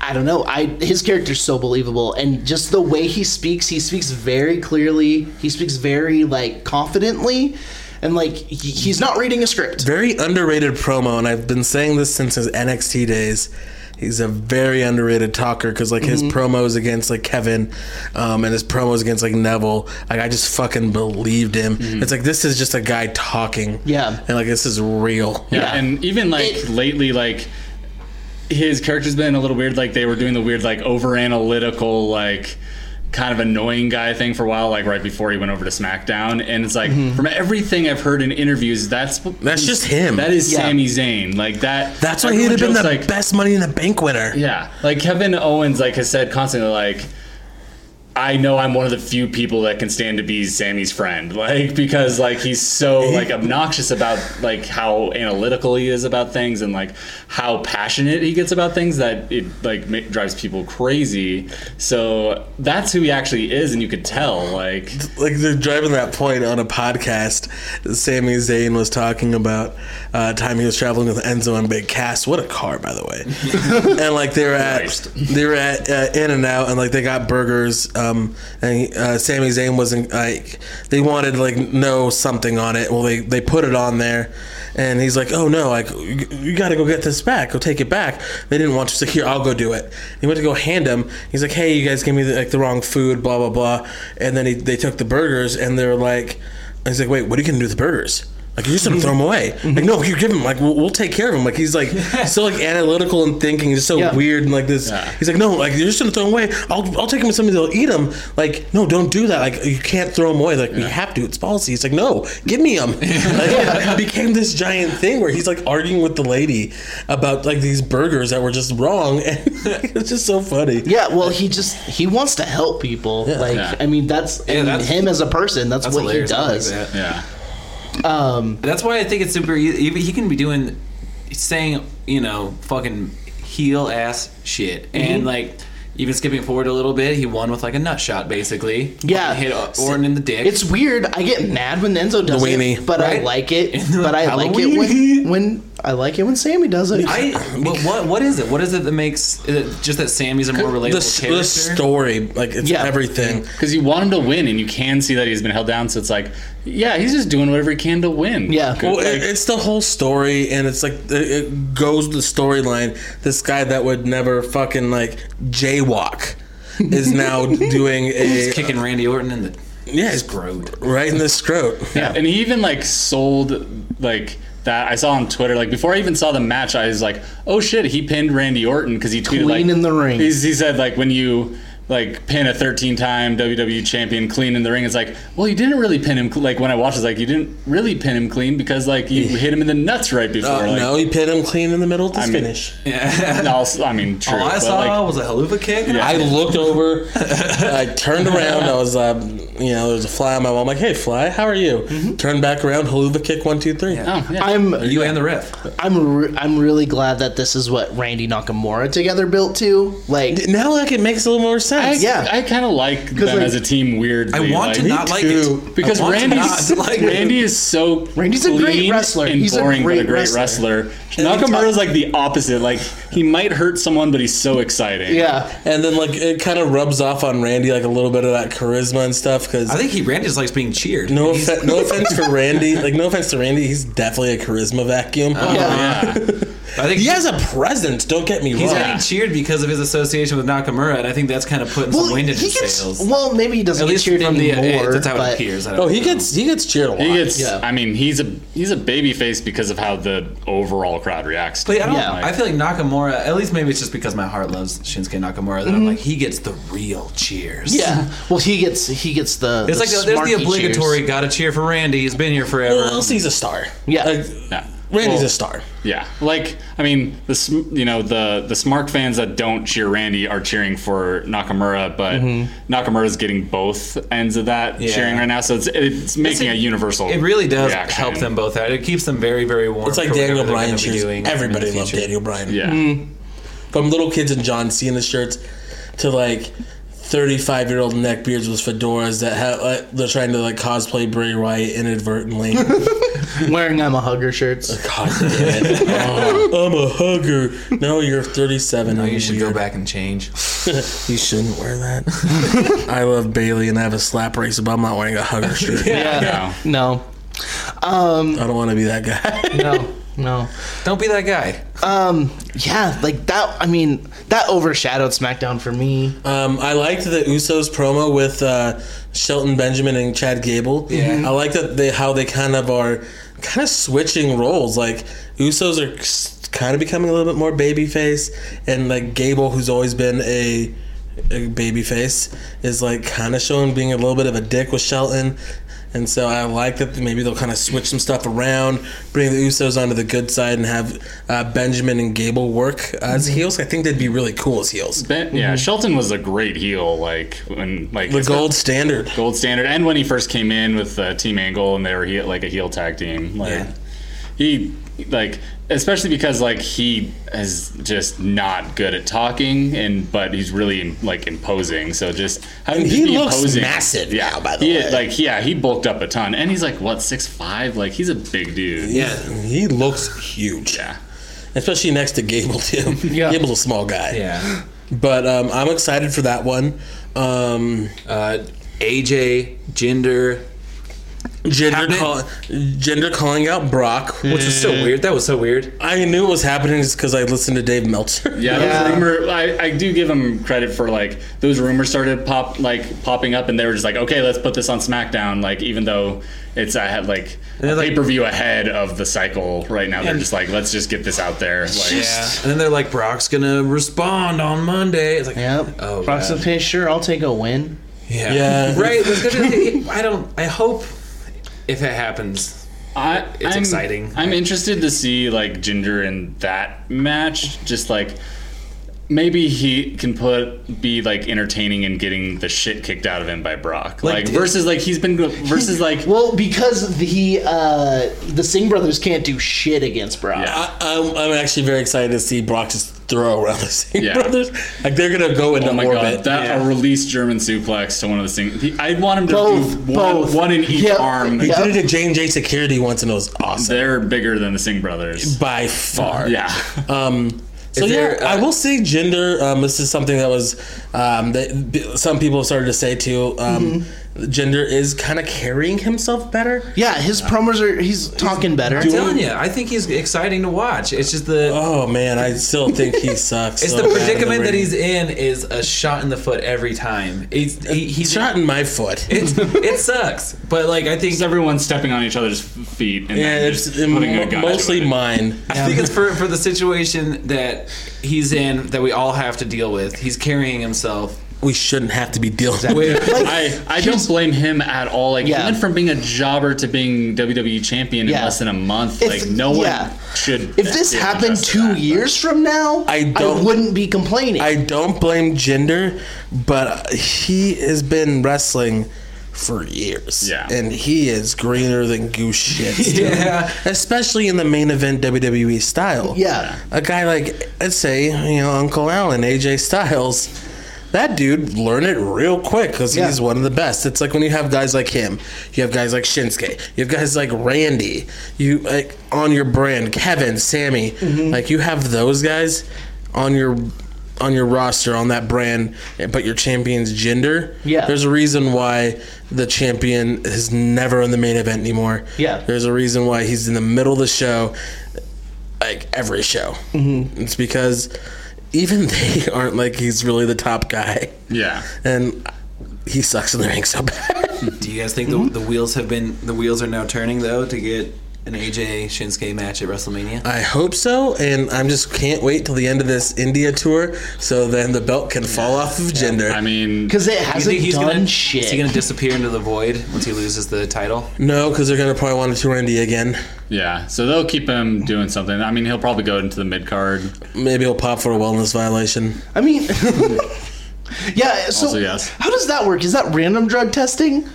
B: I don't know. I his character's so believable and just the way he speaks, he speaks very clearly. He speaks very like confidently and like he, he's not reading a script.
E: Very underrated promo, and I've been saying this since his NXT days. He's a very underrated talker because like his
B: Mm-hmm.
E: promos against like Kevin, um, and his promos against like Neville, like I just fucking believed him. It's like this is just a guy talking,
B: Mm-hmm. Yeah.
E: and like this is real.
C: Yeah,
B: Yeah.
C: and even like
B: It-
C: lately, like his character's been a little weird. Like they were doing the weird, like over analytical, like kind of annoying guy thing for a while. Like right before he went over to SmackDown, and it's like
B: Mm-hmm.
C: from everything I've heard in interviews, that's
E: That's just him.
C: That is
B: Yeah.
C: Sami Zayn. Like that.
E: That's why he'd
C: everyone
E: have been the
C: jokes, like,
E: best Money in the Bank winner.
C: Yeah, like Kevin Owens, like has said constantly, like. I know I'm one of the few people that can stand to be Sammy's friend, like because like he's so like obnoxious about like how analytical he is about things and like how passionate he gets about things that it like ma- drives people crazy. So that's who he actually is, and you could tell. Like
E: like they're driving that point on a podcast. Sami Zayn was talking about uh, time he was traveling with Enzo and Big Cass. What a car, by the way! and like they were at
C: Christ.
E: they were at uh, In and Out, and like they got burgers. Um, and uh, Sami Zayn wasn't like they wanted like no something on it. Well, they they put it on there, and he's like, "Oh no, like you, you got to go get this back. Go take it back." They didn't want to. He's like, "Here, I'll go do it." He went to go hand him. He's like, "Hey, you guys gave me the, like the wrong food, blah blah blah." And then he, they took the burgers, and they're like, "He's like, wait, what are you gonna do with the burgers?" Like you're just gonna throw them away. Like no, you give him. Like we'll, we'll take care of him. Like he's like so like analytical and thinking. He's so
B: Yeah.
E: weird and like this. He's like no, like you're just gonna throw them away. I'll, I'll take him to somebody that'll eat them. Like no, don't do that. Like you can't throw them away. Like we have to. It's policy. He's like no, give me them. Like, It became this giant thing where he's like arguing with the lady about like these burgers that were just wrong, and it's just so funny.
B: Yeah, well, he just he wants to help people. Like,
C: Yeah.
B: I mean, that's, I mean,
D: that's-
B: him as a person. That's,
D: That's
B: what he
D: hilarious. I like
B: does.
D: that.
C: yeah,
B: um,
D: That's why I think it's super easy. He can be doing, saying, you know, fucking heel ass shit.
E: Mm-hmm.
D: And like, even skipping forward a little bit, he won with like a nut shot, basically.
B: Yeah.
D: Fucking hit Orton in the dick.
B: It's weird. I get mad when Enzo does
E: The weenie.
B: it, but I
D: Right?
B: like it. But I like it when
E: Halloween.
B: when I like it when Sammy does it.
D: I what, what what is it? What is it that makes is it just that Sammy's a more relatable
E: The, s-
D: character?
E: the story, like it's
B: Yeah.
E: everything.
C: because you want him to win, and you can see that he's been held down. So it's like, yeah, he's just doing whatever he can to win.
B: Yeah.
E: Well, it, it's the whole story, and it's like it, it goes with the storyline. This guy that would never fucking like jaywalk is now doing a
D: Kicking Randy Orton in the
E: yeah, he's
D: throat.
E: right in the scrote.
C: Yeah, and he even like sold like that. I saw on Twitter like before I even saw the match, I was like, "Oh shit, he pinned Randy Orton because he tweeted
B: Queen
C: like
B: in the ring.
C: He's, he said like when you like pin a 13 time WWE E champion clean in the ring. It's like, well, you didn't really pin him. cl- Like when I watched, it's like you didn't really pin him clean because like you hit him in the nuts right before.
E: Uh,
C: like,
E: no, he pinned him clean in the middle of the
C: I mean-
E: finish.
C: Also- I mean, true.
D: All Oh, I
C: but,
D: saw
C: like,
D: was a haluva kick.
E: I looked over, I turned around. I was, uh, you know, there was a fly on my wall. I'm like, hey, fly, how are you? Turned back around, haluva kick, one, two, three.
C: oh, Mm-hmm. yeah.
B: I'm
D: You and the ref.
B: I'm re- I'm really glad that this is what Randy Nakamura together built to. Like
E: Now, like, it makes a little more sense.
B: yeah.
C: I kind of like them
B: like,
C: as a team. Weirdly,
D: I want
C: like,
D: to not like
E: too.
D: it
C: because
D: I want to
C: Randy's
D: not like it.
C: Randy is so
B: Randy's a great
C: clean
B: wrestler.
C: and
B: He's a
C: boring,
B: great
C: but a great
B: wrestler.
C: wrestler. Nakamura's like the opposite. Like he might hurt someone, but he's so exciting.
B: yeah,
E: And then, like, it kind of rubs off on Randy, like, a little bit of that charisma and stuff. Because
D: I think he Randy just likes being cheered.
E: no,
D: He's-
E: offe- no offense for Randy, like, no offense to Randy, he's definitely a charisma vacuum.
C: Oh,
D: Oh,
C: yeah.
D: I think
E: He has a presence, don't get me
D: he's
E: wrong.
D: getting cheered because of his association with Nakamura, and I think that's kind of putting
B: well,
D: some wind in
B: he
D: his
B: gets
D: sails.
B: well. Maybe he doesn't
D: At
B: get
D: least
B: cheered
D: from the
B: anymore.
D: that's how it
B: but
D: appears. I don't
E: Oh, he
D: know.
E: gets he gets cheered a lot.
C: He gets.
B: Yeah.
C: I mean, he's a he's a baby face because of how the overall crowd reacts. To
D: But I
C: him.
D: don't.
B: Yeah.
D: I feel like Nakamura. At least maybe it's just because my heart loves Shinsuke Nakamura that I'm like he gets the real cheers.
B: yeah, well, he gets he gets the.
D: It's like
B: the
D: the, there's the
B: smarky
D: obligatory
B: cheers.
D: gotta cheer for Randy. He's been here forever.
E: Well, else he's a star.
B: Yeah.
E: Like,
C: Yeah.
E: Randy's
C: Well,
E: a star.
C: Yeah, like I mean, the sm- you know the the smart fans that don't cheer Randy are cheering for Nakamura, but
B: Mm-hmm.
C: Nakamura's getting both ends of that
D: Yeah.
C: cheering right now, so it's it's making a universal.
D: It really does
C: reaction.
D: help them both out. It keeps them very, very warm.
E: It's like
D: for whatever
E: Daniel
D: they're gonna
E: Bryan
D: be
E: shirts.
D: doing in the
E: Everybody loved
D: future.
E: Daniel Bryan.
C: Yeah,
E: From little kids in John Cena shirts to like 35 year old neckbeards with fedoras that have, uh, they're trying to like cosplay Bray Wyatt inadvertently. God
B: Wearing I'm a hugger shirts.
E: damn it. Oh, I'm a hugger. No, you're 37.
D: Oh, you should go back and change.
E: You shouldn't wear that. I love Bailey and I have a slap racer, but I'm not wearing a hugger shirt.
B: Yeah, no, um,
E: I don't want to be that guy.
B: no, no.
D: Don't be that guy.
B: Um, yeah, like that. I mean, that overshadowed SmackDown for me.
E: Um, I liked the Usos promo with uh, Shelton Benjamin and Chad Gable.
D: Yeah.
E: I like that they how they kind of are kind of switching roles. Like Usos are s- kind of becoming a little bit more babyface, and like Gable, who's always been a, a babyface, is like kind of showing being a little bit of a dick with Shelton. And so I like that maybe they'll kind of switch some stuff around, bring the Usos onto the good side, and have uh, Benjamin and Gable work as heels. I think they'd be really cool as heels.
C: Ben, yeah. Shelton was a great heel, like when like
E: Mm-hmm. The gold standard.
C: gold standard, and when he first came in with uh, Team Angle, and they were he- like a heel tag team, like
D: Yeah.
C: he like especially because like he is just not good at talking and but he's really like imposing so just having
E: And
C: to
E: he
C: be
E: looks
C: imposing,
E: massive
C: yeah
E: now, by the
C: he,
E: way.
C: like yeah he bulked up a ton and he's like what six five like he's a big dude
D: Yeah.
E: He looks huge.
C: yeah
E: Especially next to Gable, too.
B: Yeah.
E: Gable's a small guy.
D: Yeah.
E: But um, I'm excited for that one. Um,
D: Uh, AJ, Jinder,
E: gender,
D: Happening.
E: call, gender calling out Brock.
D: which was so weird. That was so weird.
E: I knew it was happening just because I listened to Dave Meltzer.
C: yeah,
B: Yeah.
C: Those rumor. I, I do give him credit for like those rumors started pop like popping up, and they were just like, okay, let's put this on SmackDown. Like even though it's I had like
D: And they're like-
C: pay per view ahead of the cycle right now, they're just like, let's just get this out there. Like,
D: Yeah. And then they're like, Brock's gonna respond on Monday. It's like,
B: Yep.
D: Oh,
B: Brock's
D: God.
B: like, "Hey, sure, I'll take a win.
D: yeah,
E: Yeah.
D: right. There's gonna be, I don't. I hope if it happens,
C: I,
D: It's exciting.
C: I'm interested to see like Ginger in that match. Just like maybe he can put be like entertaining and getting the shit kicked out of him by Brock. Like,
D: dude-
C: versus like he's been versus like
B: Well, because the uh, the Singh brothers can't do shit against Brock.
C: Yeah.
E: I, I'm, I'm actually very excited to see Brock just throw around the Singh
C: Yeah.
E: brothers. Like, they're going to go into
C: Oh my
E: orbit.
C: god, that
D: Yeah.
C: a release German suplex to one of the things. I want him to
B: Both,
C: do one,
B: both.
C: one in each
B: Yeah,
C: arm.
E: he
B: yeah.
E: did it at J&J Security once, and it was awesome.
C: They're bigger than the Singh brothers.
E: By far.
C: Yeah.
E: Um, so
D: Is there,
E: yeah,
D: uh,
E: I will say gender. Um, this is something that was um, that b- some people have started to say too. Um,
D: Mm-hmm.
E: Gender is kind of carrying himself better.
B: Yeah, his promos are. He's talking better.
D: I'm telling you, I think he's exciting to watch. It's just the
E: Oh man, I still think he sucks.
D: It's
E: so
D: the
E: bad in
D: predicament that
E: ring.
D: he's in is a shot in the foot every time. He's he, he's
E: shot in my foot.
D: It's, it sucks, but like I think
C: Just everyone stepping on each other's feet and
E: yeah,
C: then
E: it's
C: just
B: um,
C: putting a
E: mo-
C: gun to
E: mostly
C: it.
E: mine.
D: I think it's for for the situation that he's in that we all have to deal with. He's carrying himself
E: we shouldn't have to be dealing with.
B: Exactly. Like,
C: I, I don't blame him at all. Like
B: Yeah.
C: he went from being a jobber to being WWE champion
B: Yeah.
C: in less than a month.
B: If-
C: like no one
B: yeah.
C: should.
B: If this
C: give
B: happened
C: justice to
B: two
C: that, but-
B: years from now,
E: I
B: I,
E: don't-
B: wouldn't be complaining.
E: I don't blame gender, but he has been wrestling for years.
C: Yeah.
E: And he is greener than goose shit. still.
D: Yeah.
E: Especially in the main event WWE style.
B: yeah.
E: A guy like, let's say, you know, Uncle Allen, AJ Styles, that dude learned it real quick because
B: Yeah.
E: he's one of the best. It's like when you have guys like him, you have guys like Shinsuke, you have guys like Randy, you like on your brand, Kevin, Sammy,
B: Mm-hmm.
E: like you have those guys on your on your roster on that brand, but your champion's gender.
B: Yeah.
E: there's a reason why the champion is never in the main event anymore.
B: Yeah.
E: there's a reason why he's in the middle of the show like every show. Mm-hmm. It's because even they aren't like he's really the top guy,
C: Yeah.
E: and he sucks in the ring so bad.
D: Do you guys think the, the wheels have been the wheels are now turning though to get an AJ Shinsuke match at WrestleMania?
E: I hope so, and I'm just can't wait till the end of this India tour, so then the belt can fall off of gender.
C: I mean,
B: Because it
D: Do you
B: hasn't done
D: gonna
B: shit.
D: Is he gonna disappear into the void once he loses the title?
E: no, because they're gonna probably want to tour India again.
C: yeah. So they'll keep him doing something. I mean, he'll probably go into the mid card.
E: Maybe he'll pop for a wellness violation.
B: I mean, yeah. So
C: Also, yes.
B: how does that work? Is that random drug testing,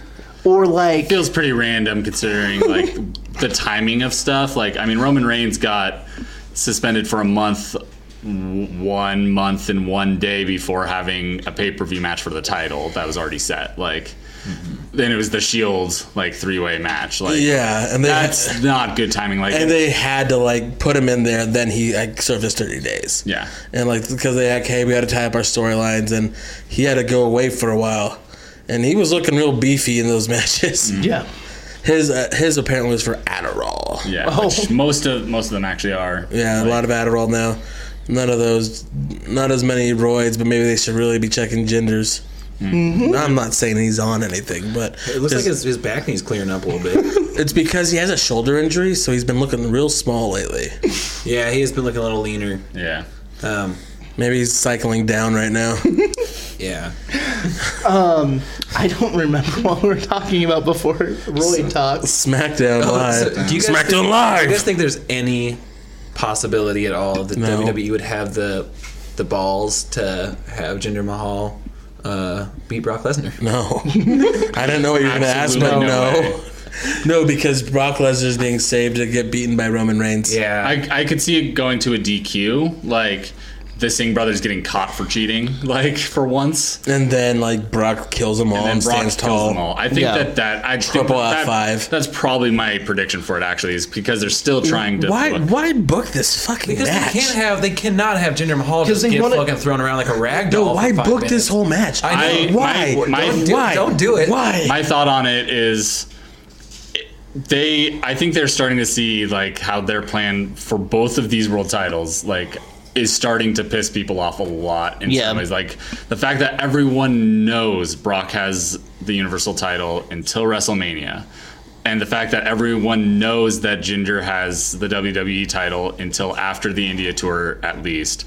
B: or like?
C: Feels pretty random considering like the timing of stuff. Like I mean, Roman Reigns got suspended for a month, w- one month and one day before having a pay per view match for the title that was already set. Like. Then it was the Shield like three way match. Like
E: Yeah, and they
C: That's not good timing. Like,
E: and they had to like put him in there. Then he like, served his thirty days.
C: yeah,
E: and like because they had hey we had to tie up our storylines and he had to go away for a while and he was looking real beefy in those matches
B: Yeah.
E: his uh, his apparently was for adderall
C: yeah.
B: Oh.
C: Which most of most of them actually are.
E: yeah a lot of adderall now none of those not as many roids but maybe they should really be checking genders i'm not saying he's on anything but
D: Mm-hmm. It looks
E: just-
D: like his, his back knee's clearing up a little bit.
E: it's because he has a shoulder injury so he's been looking real small lately
D: yeah, he has been looking a little leaner.
C: Yeah.
D: Um,
E: maybe he's cycling down right now
D: yeah.
B: Um, I don't remember what we were talking about before Roy talks.
E: smackdown live
D: Oh, So, do you guys
E: smackdown
D: think, Do you guys
E: live
D: think there's any possibility at all that
E: No.
D: WWE would have the the balls to have Jinder Mahal uh, beat Brock Lesnar?
E: No. I didn't know what you were going to ask, but
C: Absolutely no
E: no.
C: way.
E: No, because Brock Lesnar's being saved to get beaten by Roman Reigns.
D: Yeah,
C: I, I could see it going to a DQ, like the Singh brothers getting caught for cheating, like for once.
E: And then, like, Brock kills them all and,
C: And Brock
E: stands
C: kills
E: tall.
C: them all. I think
B: Yeah.
C: that that I think
E: Triple
C: that-
E: F5.
C: That's probably my prediction for it. Actually, is because they're still trying to.
E: Why,
C: look-
E: why book this fucking
D: because
E: match?
D: they can't have, they cannot have Jinder Mahal just
B: they
D: get
B: wanna-
D: fucking thrown around like a rag doll.
E: no,
D: for
E: why
D: five
E: book
D: minutes.
E: this whole match?
D: I
C: know.
E: Why?
C: My- my- Don't
D: do-
E: why?
D: don't do it.
E: Why?
C: My thought on it is they I think they're starting to see like how their plan for both of these world titles like is starting to piss people off a lot in
B: Yeah.
C: some ways. Like the fact that everyone knows Brock has the Universal title until WrestleMania. And the fact that everyone knows that Ginger has the WWE title until after the India tour, at least.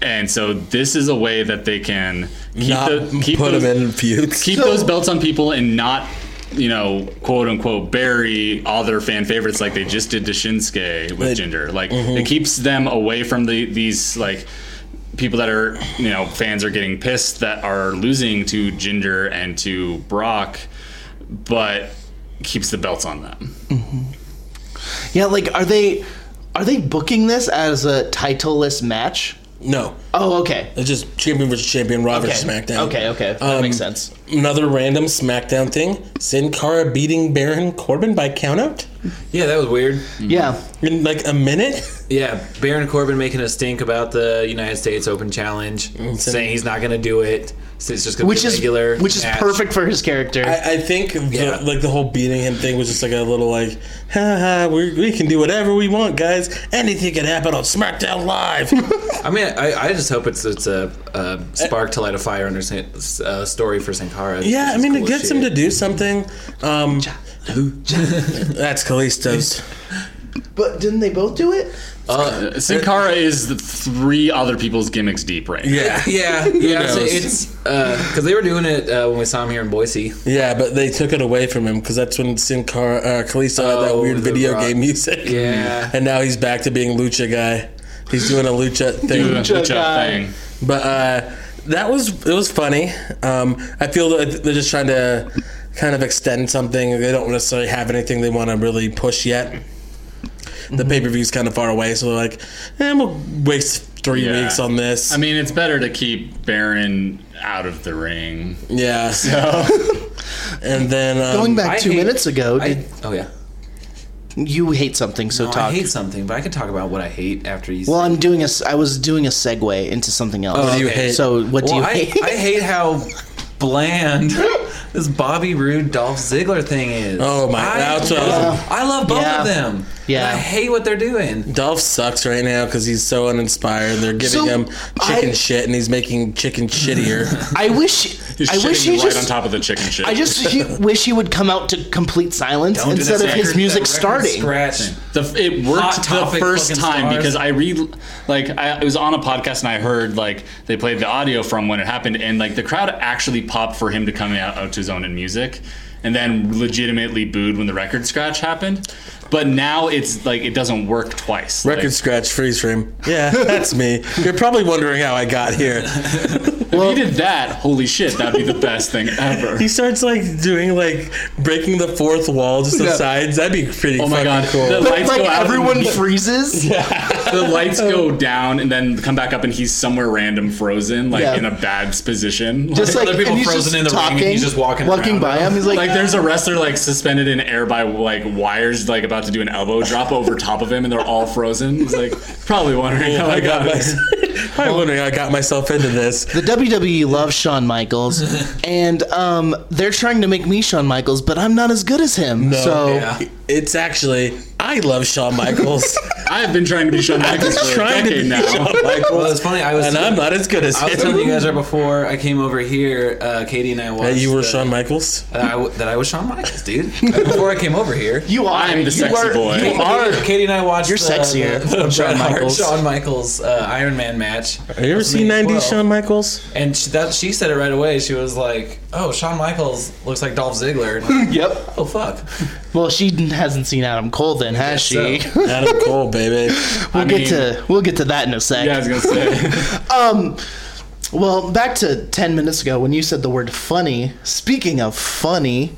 C: And so this is a way that they can keep
E: Not
C: the, keep
E: put
C: those-
E: him in feuds.
C: keep those belts on people and not you know quote unquote bury all their fan favorites like they just did to Shinsuke with gender like
B: Mm-hmm.
C: it keeps them away from the these like people that are you know fans are getting pissed that are losing to gender and to Brock but keeps the belts on them
B: Yeah, like are they are they booking this as a titleless match?
E: no.
B: Oh, okay.
E: It's just champion versus champion, Raw versus SmackDown.
B: Okay, okay. That
E: Um,
B: makes sense.
E: Another random SmackDown thing. Sin Cara beating Baron Corbin by countout
D: Yeah, that was weird.
E: Hmm.
B: Yeah.
E: in like a minute.
D: Yeah, Baron Corbin making a stink about the United States Open Challenge, saying he's not going to do it. So it's just going to
B: Which
D: be a
B: is
D: regular,
B: which is
D: match.
B: perfect for his character.
E: I, I think the,
D: Yeah.
E: like the whole beating him thing was just like a little like, ha ha, we, we can do whatever we want, guys. Anything can happen on SmackDown Live.
D: I mean, I, I just hope it's it's a, a spark to light a fire under Sin- uh, story for Sankara.
E: yeah, I mean it gets him to do something. Um, that's Kalisto's.
B: but didn't they both do it?
C: Uh, Sin Cara is the three other people's gimmicks deep right now.
E: Yeah.
D: Yeah, yeah. so
E: knows?
D: it's because they were doing it uh, when we saw him here in Boise.
E: Yeah, but they took it away from him because that's when Sin Cara, uh, Kalisto had that
D: Oh,
E: weird
D: the
E: video
D: rock.
E: game music.
D: Yeah.
E: And now he's back to being Lucha guy. He's doing a Lucha thing.
C: Dude,
B: Lucha
C: Lucha
B: guy.
C: thing.
E: But uh, that was it was funny. Um, I feel that they're just trying to kind of extend something. They don't necessarily have anything they want to really push yet. The pay per view's kind of far away, so they're like, eh, we'll waste three
C: Yeah.
E: weeks on this.
C: I mean, it's better to keep Baron out of the ring.
E: yeah. So, and then um,
B: Going back
D: I
B: two
D: hate-
B: minutes ago,
D: I,
B: did,
D: oh yeah.
B: you hate something, so
D: Oh,
B: talk.
D: I hate something, but I can talk about what I hate after you.
B: well, I'm doing a. s- I was doing a segue into something else.
E: What do you
D: Oh, okay.
E: hate?
B: So what do
D: Well,
B: you
D: I,
B: hate?
D: I hate how bland this Bobby Roode Dolph Ziggler thing is.
E: Oh my-
D: I
E: that's what I was-
D: love, I love both
B: Yeah.
D: of them.
B: Yeah.
D: and I hate what they're doing.
E: Dolph sucks right now because he's so uninspired. They're giving
B: So,
E: him chicken
B: I-
E: shit, and he's making chicken shittier.
B: I wish.
C: He's
B: I wish
C: shitting
B: he
C: right
B: just.
C: on top of the chicken shit.
B: I just he, wish he would come out to complete silence
D: Don't do
B: instead
D: that
B: of his
D: record-
B: music
D: that record
B: starting.
D: Scratch.
C: The, it worked
D: Hot
C: the
D: Topic
C: first
D: fucking
C: time
D: stars.
C: because I read, like, I it was on a podcast and I heard, like, they played the audio from when it happened and, like, the crowd actually popped for him to come out, out to his own in music and then legitimately booed when the record scratch happened. But now it's, like, it doesn't work twice.
E: Record scratch, freeze frame. Yeah, that's me. You're probably wondering how I got here.
C: Like, if he did that, holy shit, that'd be the best thing ever.
E: He starts like doing like breaking the fourth wall just the
B: Yeah.
E: sides. That'd be pretty.
C: Oh my
E: fucking
C: god,
E: cool.
C: the lights
B: like
C: go out.
B: everyone freezes.
C: the lights go down and then come back up and he's somewhere random frozen, like,
B: Yeah.
C: in a bad position.
B: Just like
D: Other people
B: and he's
D: frozen
B: just
D: in the ring and
B: talking,
D: he's just walking around.
B: by him. He's
C: like there's a wrestler like suspended in air by like wires like about to do an elbow drop over top of him and they're all frozen he's like probably wondering how
E: I
C: i
E: got
C: got
E: Oh my,
C: it
E: I'm wondering how I got myself into this.
B: The WWE loves Shawn Michaels, and um, they're trying to make me Shawn Michaels, but I'm not as good as him. so
D: yeah.
E: It's actually I love Shawn Michaels.
C: i've been trying to be shawn michaels for a
E: trying to be
C: decade now
E: Shawn Michaels,
D: Well, it's funny. I was
E: and I'm not as good as
D: I was
E: him.
D: telling you guys right before I came over here. Uh, Katie and I watched.
E: That you were
D: the-
E: Shawn Michaels.
D: That I, w- that I was Shawn Michaels, dude. Before I came over here.
B: you are.
C: I'm the
B: you
C: sexy
B: are-
C: boy.
B: You are.
D: Katie, Katie and I watched.
B: You're
D: the-
B: sexier
D: The, the
B: than Shawn
D: Bret Hart-
B: Michaels.
D: Shawn Michaels uh, Iron Man match.
E: Have you ever seen '90s Shawn Michaels?
D: And she, that she said it right away. She was like, "Oh, Shawn Michaels looks like Dolph Ziggler." And I'm like,
B: Yep.
D: oh fuck.
B: Well, she hasn't seen Adam Cole then, has she?
D: so.
E: Adam Cole, baby.
B: we'll
C: I
B: get
C: mean-
B: to we'll get to that in a sec.
C: yeah i was gonna say
B: Um, well, back to ten minutes ago when you said the word funny. Speaking of funny,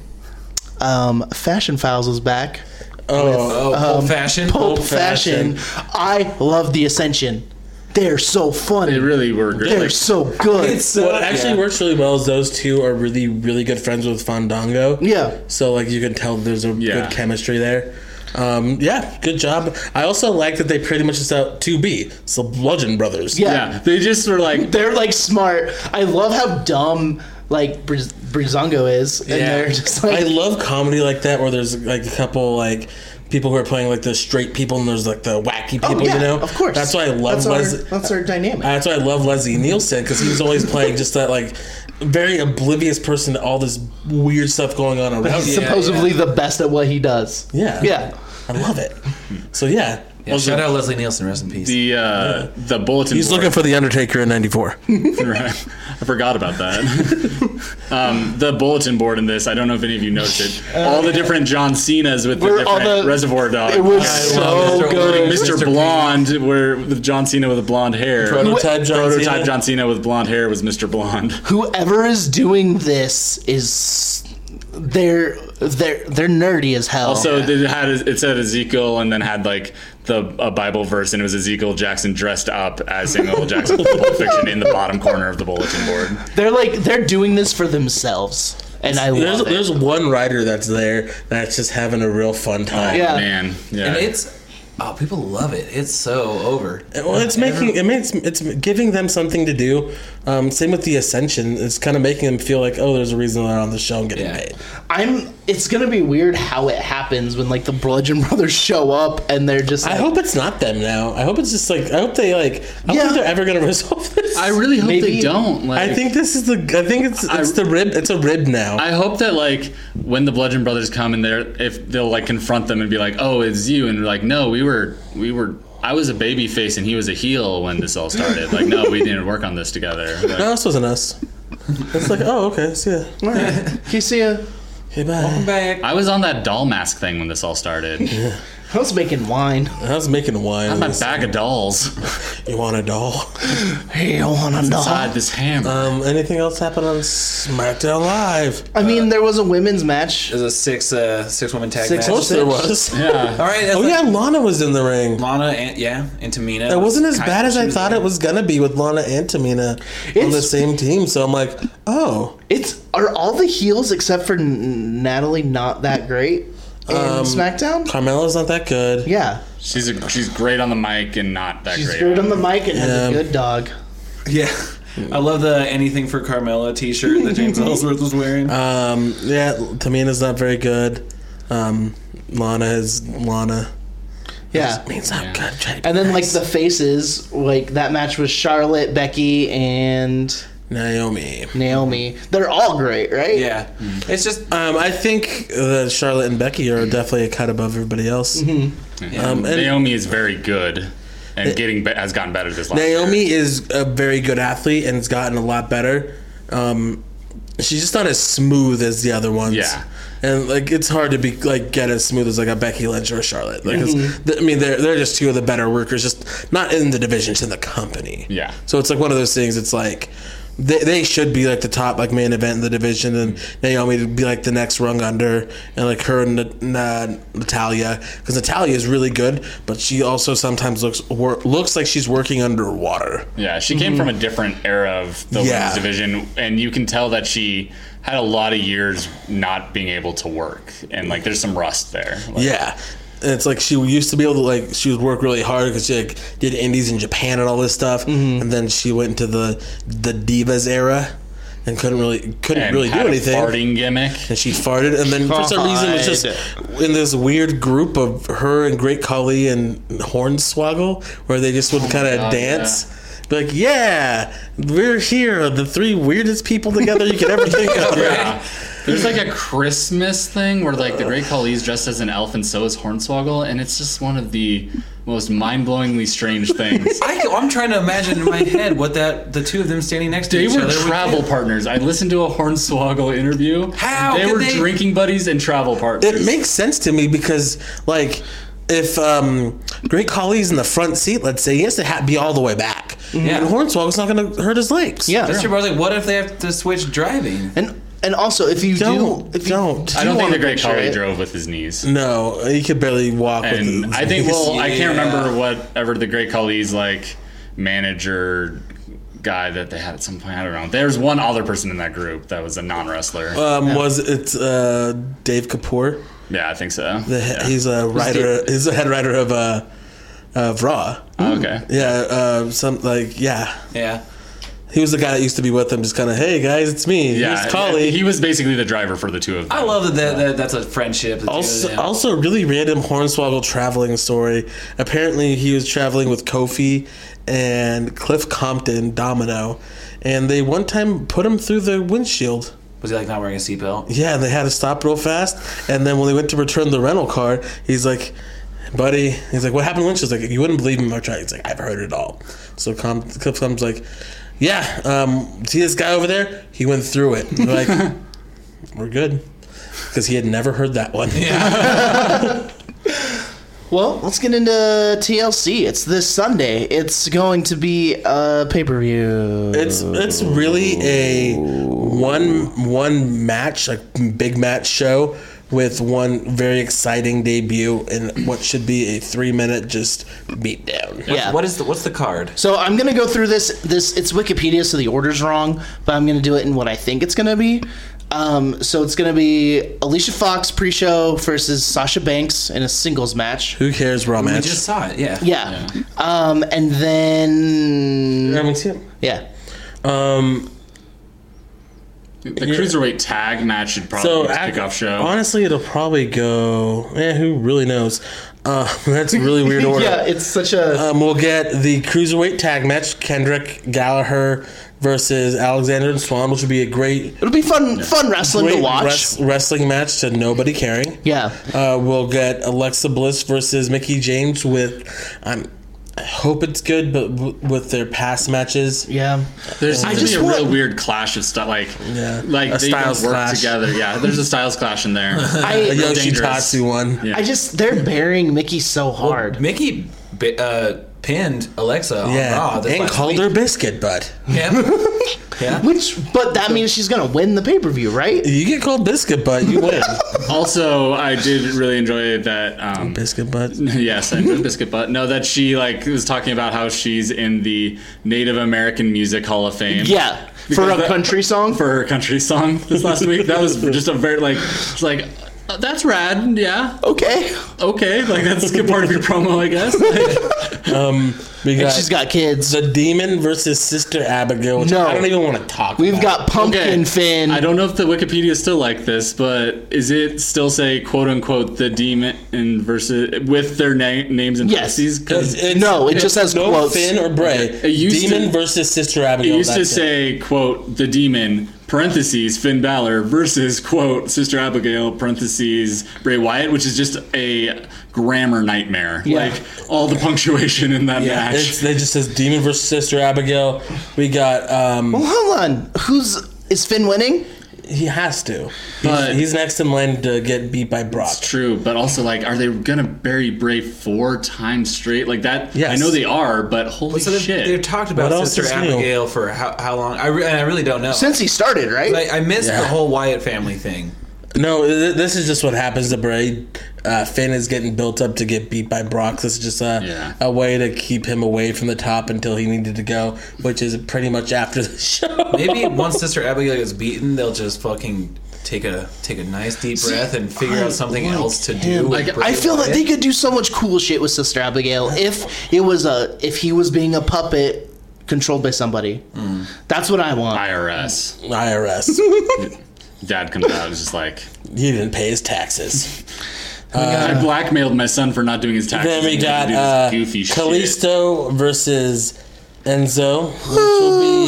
B: um, Fashion Files was back.
E: Oh,
D: Oh, old fashioned.
B: Pulp fashion. I love the Ascension. They're so funny.
C: they really were great
B: They're
C: like,
B: so good.
D: It's uh,
E: What actually
D: yeah.
E: works really well is those two are really, really good friends with Fandango.
B: Yeah.
E: So like you can tell there's a
C: Yeah.
E: good chemistry there. Um, yeah, good job. I also like that they pretty much just out two B, so Bludgeon Brothers.
B: Yeah.
C: yeah they just were like
B: They're like smart. I love how dumb like Briz- Brizongo is, and
D: Yeah.
B: they're just like
E: I love comedy like that where there's like a couple like people who are playing like the straight people and there's like the wacky
B: Oh,
E: people,
B: yeah,
E: you know.
B: of course.
E: That's why I love
B: that's our,
E: Leslie.
B: that's our dynamic.
E: That's why I love Leslie Nielsen because he was always playing just that like very oblivious person to all this weird stuff going on around him.
B: He's supposedly the best at what he does.
E: Yeah.
B: Yeah.
E: I love it. So yeah,
D: Yeah, shout out Leslie Nielsen, rest in peace.
C: the uh the bulletin
E: he's
C: board.
E: looking for the Undertaker in '94.
C: Right. I forgot about that. um, the bulletin board in this, I don't know if any of you noticed it. all the different John Cena's with the
B: Where all
C: different
B: the-
C: Reservoir Dog.
B: It was
E: I love
B: so
E: Mr.
B: good.
C: Mr.
D: Mr.
C: Blonde, where with John Cena with the blonde hair.
E: Prototype John
C: Prototype
E: Cena.
C: John Cena with blonde hair was Mr. Blonde.
B: Whoever is doing this is they're they're they're nerdy as hell.
C: Also, it had it said Ezekiel, and then had like the a Bible verse, and it was Ezekiel Jackson dressed up as Samuel L. Jackson from Pulp Fiction in the bottom corner of the bulletin board.
B: they're like they're doing this for themselves, and I
E: There's,
B: love it.
E: there's one writer that's there that's just having a real fun time.
B: Yeah.
C: Man, yeah.
D: And it's oh, people love it. It's so over.
E: Well, it's making it makes it's giving them something to do. Um, same with the Ascension. It's kind of making them feel like, oh, there's a reason they're on the show and getting
D: Yeah.
E: paid.
B: I'm. It's gonna be weird how it happens when like the Bludgeon Brothers show up and they're just.
E: I
B: like,
E: hope it's not them now. I hope it's just like I hope they like. I don't
B: Yeah.
E: think they're ever gonna resolve this.
C: I really hope
B: Maybe-
C: they don't. Like,
E: I think this is the. I think it's it's the rib. It's a rib now.
C: I hope that like when the Bludgeon Brothers come and they're if they'll like confront them and be like, "Oh, it's you," and they're like, "No, we were we were I was a baby face and he was a heel when this all started. Like, no, we didn't work on this together. Like,
E: No, this wasn't us. It's like, oh, okay, see ya.
B: All right. Okay, see ya.
E: Okay, bye.
D: Back.
C: I was on that doll mask thing when this all started.
B: I was making wine.
E: I was making wine.
C: I'm a bag of dolls.
E: You want a doll?
B: Hey, I want to know.
C: Inside this hammer.
E: Um, anything else happened on SmackDown Live?
B: I mean, there was a women's match.
D: There's a six uh, six woman tag
B: Six
D: match.
E: Of course there was.
C: yeah.
D: All right. That's
E: Oh yeah, Lana was in the ring.
D: Lana and yeah, and Tamina.
E: It wasn't as
D: Kind
E: bad
D: of-
E: as
D: she
E: I
D: was
E: thought
D: there.
E: it was gonna be with Lana and Tamina on the
B: It's-
E: same team. So I'm like, oh,
B: It's are all the heels except for N- Natalie not that great in
E: Um,
B: SmackDown?
E: Carmelo's not that good.
B: Yeah,
C: She's a, she's great on the mic and not that
B: she's
C: great.
B: great on the mic and has
E: Yeah.
B: a good dog.
D: Yeah. I love the anything for Carmella T-shirt that James Ellsworth was wearing.
E: Um, yeah, Tamina's not very good. Um, Lana is Lana.
B: Yeah.
E: Means not good. Try to be
B: And then
E: nice.
B: like the faces, like that match was Charlotte, Becky, and
E: Naomi.
B: Naomi. They're all great, right?
D: yeah, it's just
E: Um, I think that Charlotte and Becky are definitely a cut above everybody else.
B: Mm-hmm.
E: Um, and
C: Naomi is very good and getting be- has gotten better this last year.
E: Naomi is a very good athlete and has gotten a lot better. Um, she's just not as smooth as the other ones.
C: Yeah.
E: And like it's hard to be like get as smooth as like a Becky Lynch or a Charlotte. Like, 'cause th- I mean, they're they're just two of the better workers, just not in the division, just in the company.
C: Yeah.
E: So it's like one of those things. It's like they, they should be like the top like main event in the division, and Naomi would be like the next rung under, and like her and uh, Natalia, because Natalia is really good, but she also sometimes looks wor- looks like she's working underwater.
C: Yeah, she came from a different era of the women's
E: Yeah.
C: division, and you can tell that she had a lot of years not being able to work, and like there's some rust there. Like,
E: Yeah. And it's like she used to be able to like she would work really hard because she like did indies in Japan and all this stuff,
C: Mm-hmm.
E: and then she went into the the divas era and couldn't really couldn't
C: and
E: really do
C: had a
E: anything.
C: Farting gimmick.
E: and she farted, and then for some reason it's just in this weird group of her and Great Khali and Hornswoggle, where they just would kind of
C: Oh God,
E: dance. Be like, yeah, we're here, the three weirdest people together you could ever think of.
C: Yeah. There's like a Christmas thing where like the Great Khali's dressed as an elf and so is Hornswoggle, and it's just one of the most mind-blowingly strange things.
D: I, am trying to imagine in my head what that the two of them standing next to
C: They
D: each
C: were
D: other. would
C: travel
D: do.
C: partners. I listened to a Hornswoggle interview.
D: How
C: They
D: could
C: were
D: they-
C: drinking buddies and travel partners.
E: it makes sense to me because like if um great collie's in the front seat let's say he has to ha- be all the way back
C: Mm-hmm.
D: Yeah.
E: and hornswoggle's not gonna hurt his legs
B: Yeah.
D: That's your brother. Like, what if they have to switch driving?
B: And and also if you
E: Don't,
B: do if you
E: don't.
B: do
C: I don't think
B: wanna
C: the Great
B: picture
C: Khali
B: it-
C: drove with his knees.
E: no he could barely walk with
C: and
E: his
C: I think
E: legs.
C: well, I can't
D: Yeah.
C: remember whatever the Great Khali's like manager guy that they had at some point. I don't know. There's one other person in that group that was a non wrestler.
E: um, was it uh, dave kapoor
C: yeah, I think so.
E: the he- he's a writer he's a head writer of uh of raw
C: Oh, okay.
E: yeah uh some like yeah
D: Yeah.
E: he was the guy that used to be with them just kind of hey guys it's me
C: Yeah,
E: here's collie
C: He was basically the driver for the two of them.
D: I love that, that, that that's a friendship. that the two of
E: Also,
D: them-
E: also a really random Hornswoggle traveling story. Apparently, he was traveling with Kofi and Cliff Compton, Domino, and they one time put him through the windshield.
D: was he like not wearing a seatbelt?
E: Yeah, and they had to stop real fast. And then when they went to return the rental car, he's like, "Buddy," he's like, "What happened?" to Winchell's like, "You wouldn't believe him." I tried. He's like, "I've heard it all." So Com- Cliff comes like, "Yeah, um, see this guy over there? He went through it." And they're like, "We're good," because he had never heard that one.
B: Well, let's get into TLC. It's this Sunday. It's going to be a pay per view.
E: It's it's really a one one match, a big match show with one very exciting debut in what should be a three minute just beatdown.
B: yeah.
D: What is the what's the card?
B: So I'm gonna go through this. This it's Wikipedia, so the order's wrong, but I'm gonna do it in what I think it's gonna be. Um, so it's gonna be Alicia Fox pre-show versus Sasha Banks in a singles match.
E: Who cares? Raw
D: I
E: match.
D: just saw it. Yeah.
B: Yeah. Um, and then yeah.
E: Um,
C: the cruiserweight tag match should probably
E: so
C: be the
E: ac-
C: kickoff show.
E: honestly, it'll probably go. Eh, who really knows? Uh, that's a really weird order.
B: Yeah, it's such a
E: Um, we'll get the cruiserweight tag match: Kendrick Gallagher versus Alexander and Swan, which would be a great
B: it'll be fun fun wrestling to
E: great
B: watch.
E: wres- wrestling match to nobody caring.
B: yeah.
E: Uh, we'll get Alexa Bliss versus Mickey James with I'm I hope it's good, but w- with their past matches,
B: Yeah.
C: There's seems
B: I
C: to
B: just
C: be a
B: want-
C: real weird clash of stuff. Like,
E: Yeah.
C: like
E: A
C: they don't
E: styles
C: work
E: clash.
C: together. Yeah, there's a styles clash in there.
E: the
B: I,
E: Yoshitatsu one.
C: Yeah.
B: I just they're burying Mickey so hard.
D: Mickey bi- uh, pinned Alexa on
E: Yeah,
C: Oh,
D: Raw. this
E: and
D: last
E: called
D: week.
E: her Biscuit Butt.
D: Yeah. yeah.
B: Which, but that means she's gonna win the pay per view, right?
E: You get called Biscuit Butt, you win.
C: also, I did really enjoy that. Um,
E: biscuit Butt.
C: yes, I enjoyed biscuit butt. No, that she like was talking about how she's in the Native American Music Hall of Fame.
B: Yeah, for
C: Because
B: a
C: that-
B: country song.
C: for her country song this last week. That was just a very like, it's like uh, that's rad. Yeah,
B: okay,
C: okay, like that's a good part of your promo, I guess.
E: Um, we got,
B: she's got kids.
E: the Demon versus Sister Abigail. Which
B: No.
E: I don't even want to talk.
B: We've
E: about.
B: got Pumpkin
C: Okay.
B: Finn.
C: I don't know if the Wikipedia is still like this, but is it still say quote unquote the demon in versus with their na- names and
B: Yes.
C: yes. Because
E: It's-
B: No, it just has
E: no
B: quotes.
E: Finn or Bray.
C: It used to-
E: Demon versus Sister
C: it
E: Abigail.
C: used to
E: that's it.
C: say quote the demon parentheses Finn Balor versus quote Sister Abigail parentheses Bray Wyatt, which is just a grammar nightmare. Like all the punctuation in that match.
E: It's, it just says Demon versus Sister Abigail. We got. um
B: Hold on, who's is Finn winning?
E: He has to.
C: But-
E: He's, he's next in line to get beat by Brock.
C: It's true, but also like, are they gonna bury Bray four times straight like that?
E: Yes.
C: I know they are, but holy
D: So they've,
C: shit!
D: they've talked about
E: What else
D: Sister
E: is new?
D: Abigail for how, how long? I, re- and I really don't know.
B: Since he started, right?
D: I, I missed
E: Yeah.
D: the whole Wyatt family thing.
E: No, th- this is just what happens to Bray. Uh, Finn is getting built up to get beat by Brock. This is just a,
C: Yeah.
E: a way to keep him away from the top until he needed to go, which is pretty much after the show.
D: Maybe once Sister Abigail gets beaten, they'll just fucking take a take a nice deep breath and figure out something else to do. with
C: Like,
D: Bray
B: I feel that
D: Wyatt.
B: they could do so much cool shit with Sister Abigail if it was a if he was being a puppet controlled by somebody. That's what I want.
C: IRS.
E: IRS.
C: Dad comes out. It's just like
E: he didn't pay his taxes.
C: I blackmailed my son for not doing his taxes.
E: Then we
C: and he
E: got
C: did this
E: uh,
C: goofy shit.
E: Kalisto versus Enzo, which will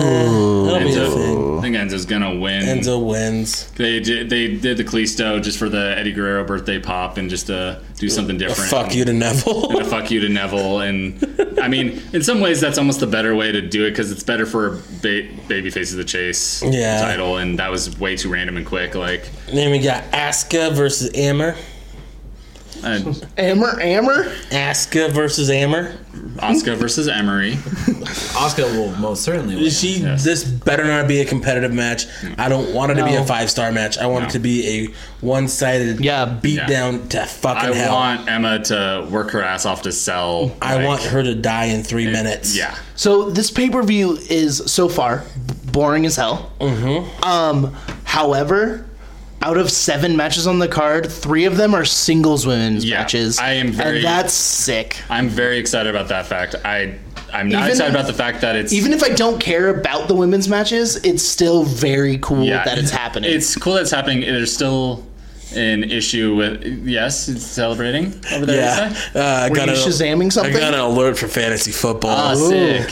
E: be. That'll be a thing.
C: Enzo, I think Enzo's gonna win.
E: Enzo wins.
C: They did. They did the Kalisto just for the Eddie Guerrero birthday pop and just to do something different.
E: Fuck you to
C: And a
E: Neville.
C: fuck you to Neville. And I mean, in some ways, that's almost the better way to do it because it's better for ba- baby faces the chase
E: Yeah.
C: title, and that was way too random and quick. Like,
E: then we got Asuka versus Ammer.
C: uh,
B: Ammer, Ammer.
E: Asuka versus Ammer.
C: Oscar versus Emery.
D: Oscar will most certainly win.
E: She this better not be a competitive match. I don't want it to be
B: No.
E: a five star match. I want it
C: No.
E: to be a one sided
B: Yeah.
E: beat down to fucking
C: I
E: hell.
C: want Emma to work her ass off to sell.
E: I
C: like,
E: want her to die in three minutes.
C: Yeah.
B: So this pay per view is so far b- boring as hell. Mm-hmm. Um, however, out of seven matches on the card, three of them are singles women's
C: Yeah,
B: matches.
C: I am very-
B: and that's sick.
C: I'm very excited about that fact. I I'm not
B: Even-
C: excited about the fact that it's
B: Even if I don't care about the women's matches, it's still very cool
C: yeah,
B: that it's happening.
C: It's cool that it's happening. There's still an issue with yes, it's celebrating over there.
E: Yeah.
C: you say?
E: Uh, I
B: Were
E: got
B: you
E: a-
B: shazamming
E: I
B: something?
E: got an alert for fantasy
C: Ah,
E: football.
C: sick.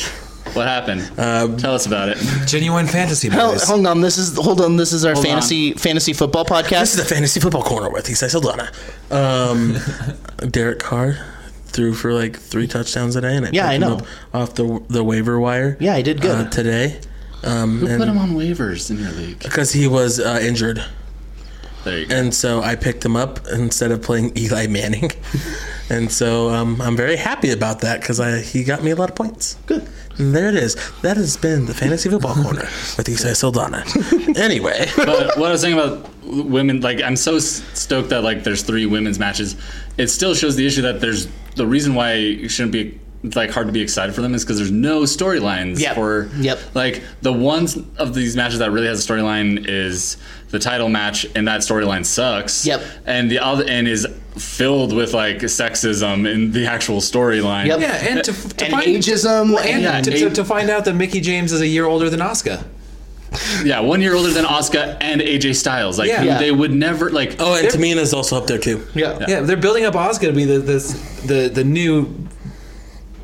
C: What happened?
E: Uh,
C: Tell us about it.
D: Genuine fantasy
B: Hell,
D: boys.
B: Oh, hold on, this is hold on. This is our fantasy fantasy football
E: this
B: podcast.
E: is the fantasy football corner with he says Solana. Um, Derek Carr threw for like three touchdowns today, and I
B: Yeah,
E: picked
B: I
E: him
B: know.
E: up off the the waiver wire.
B: Yeah, I did good.
E: uh, today. Um,
C: Put him on waivers in your league.
E: because he was uh, injured.
C: There you go.
E: and so I picked him up instead of playing Eli Manning. and so um, I'm very happy about that because he got me a lot of points. Good. there it is. That has been the fantasy football corner with Isai Saldana. anyway,
C: but what I was saying about women, like I'm so s- stoked that like there's three women's matches. It still shows the issue that there's the reason why it shouldn't be it's, like hard to be excited for them is because there's no storylines
B: Yep.
C: for
B: Yep.
C: like the ones of these matches that really has a storyline is the title match and that storyline sucks.
B: Yep.
C: And the other and is filled with like sexism in the actual storyline.
B: Yep.
D: yeah, and to, to
B: and
D: find,
B: ageism
D: Well, and,
B: and-
D: to, to, to find out that Mickey James is a year older than Oscar.
C: Yeah, one year older than Oscar and AJ Styles. Like
D: Yeah.
C: who
D: Yeah.
C: they would never like
E: oh, and Tamina's also up there too.
B: yeah.
D: Yeah, they're building up Oscar to be the this, the the new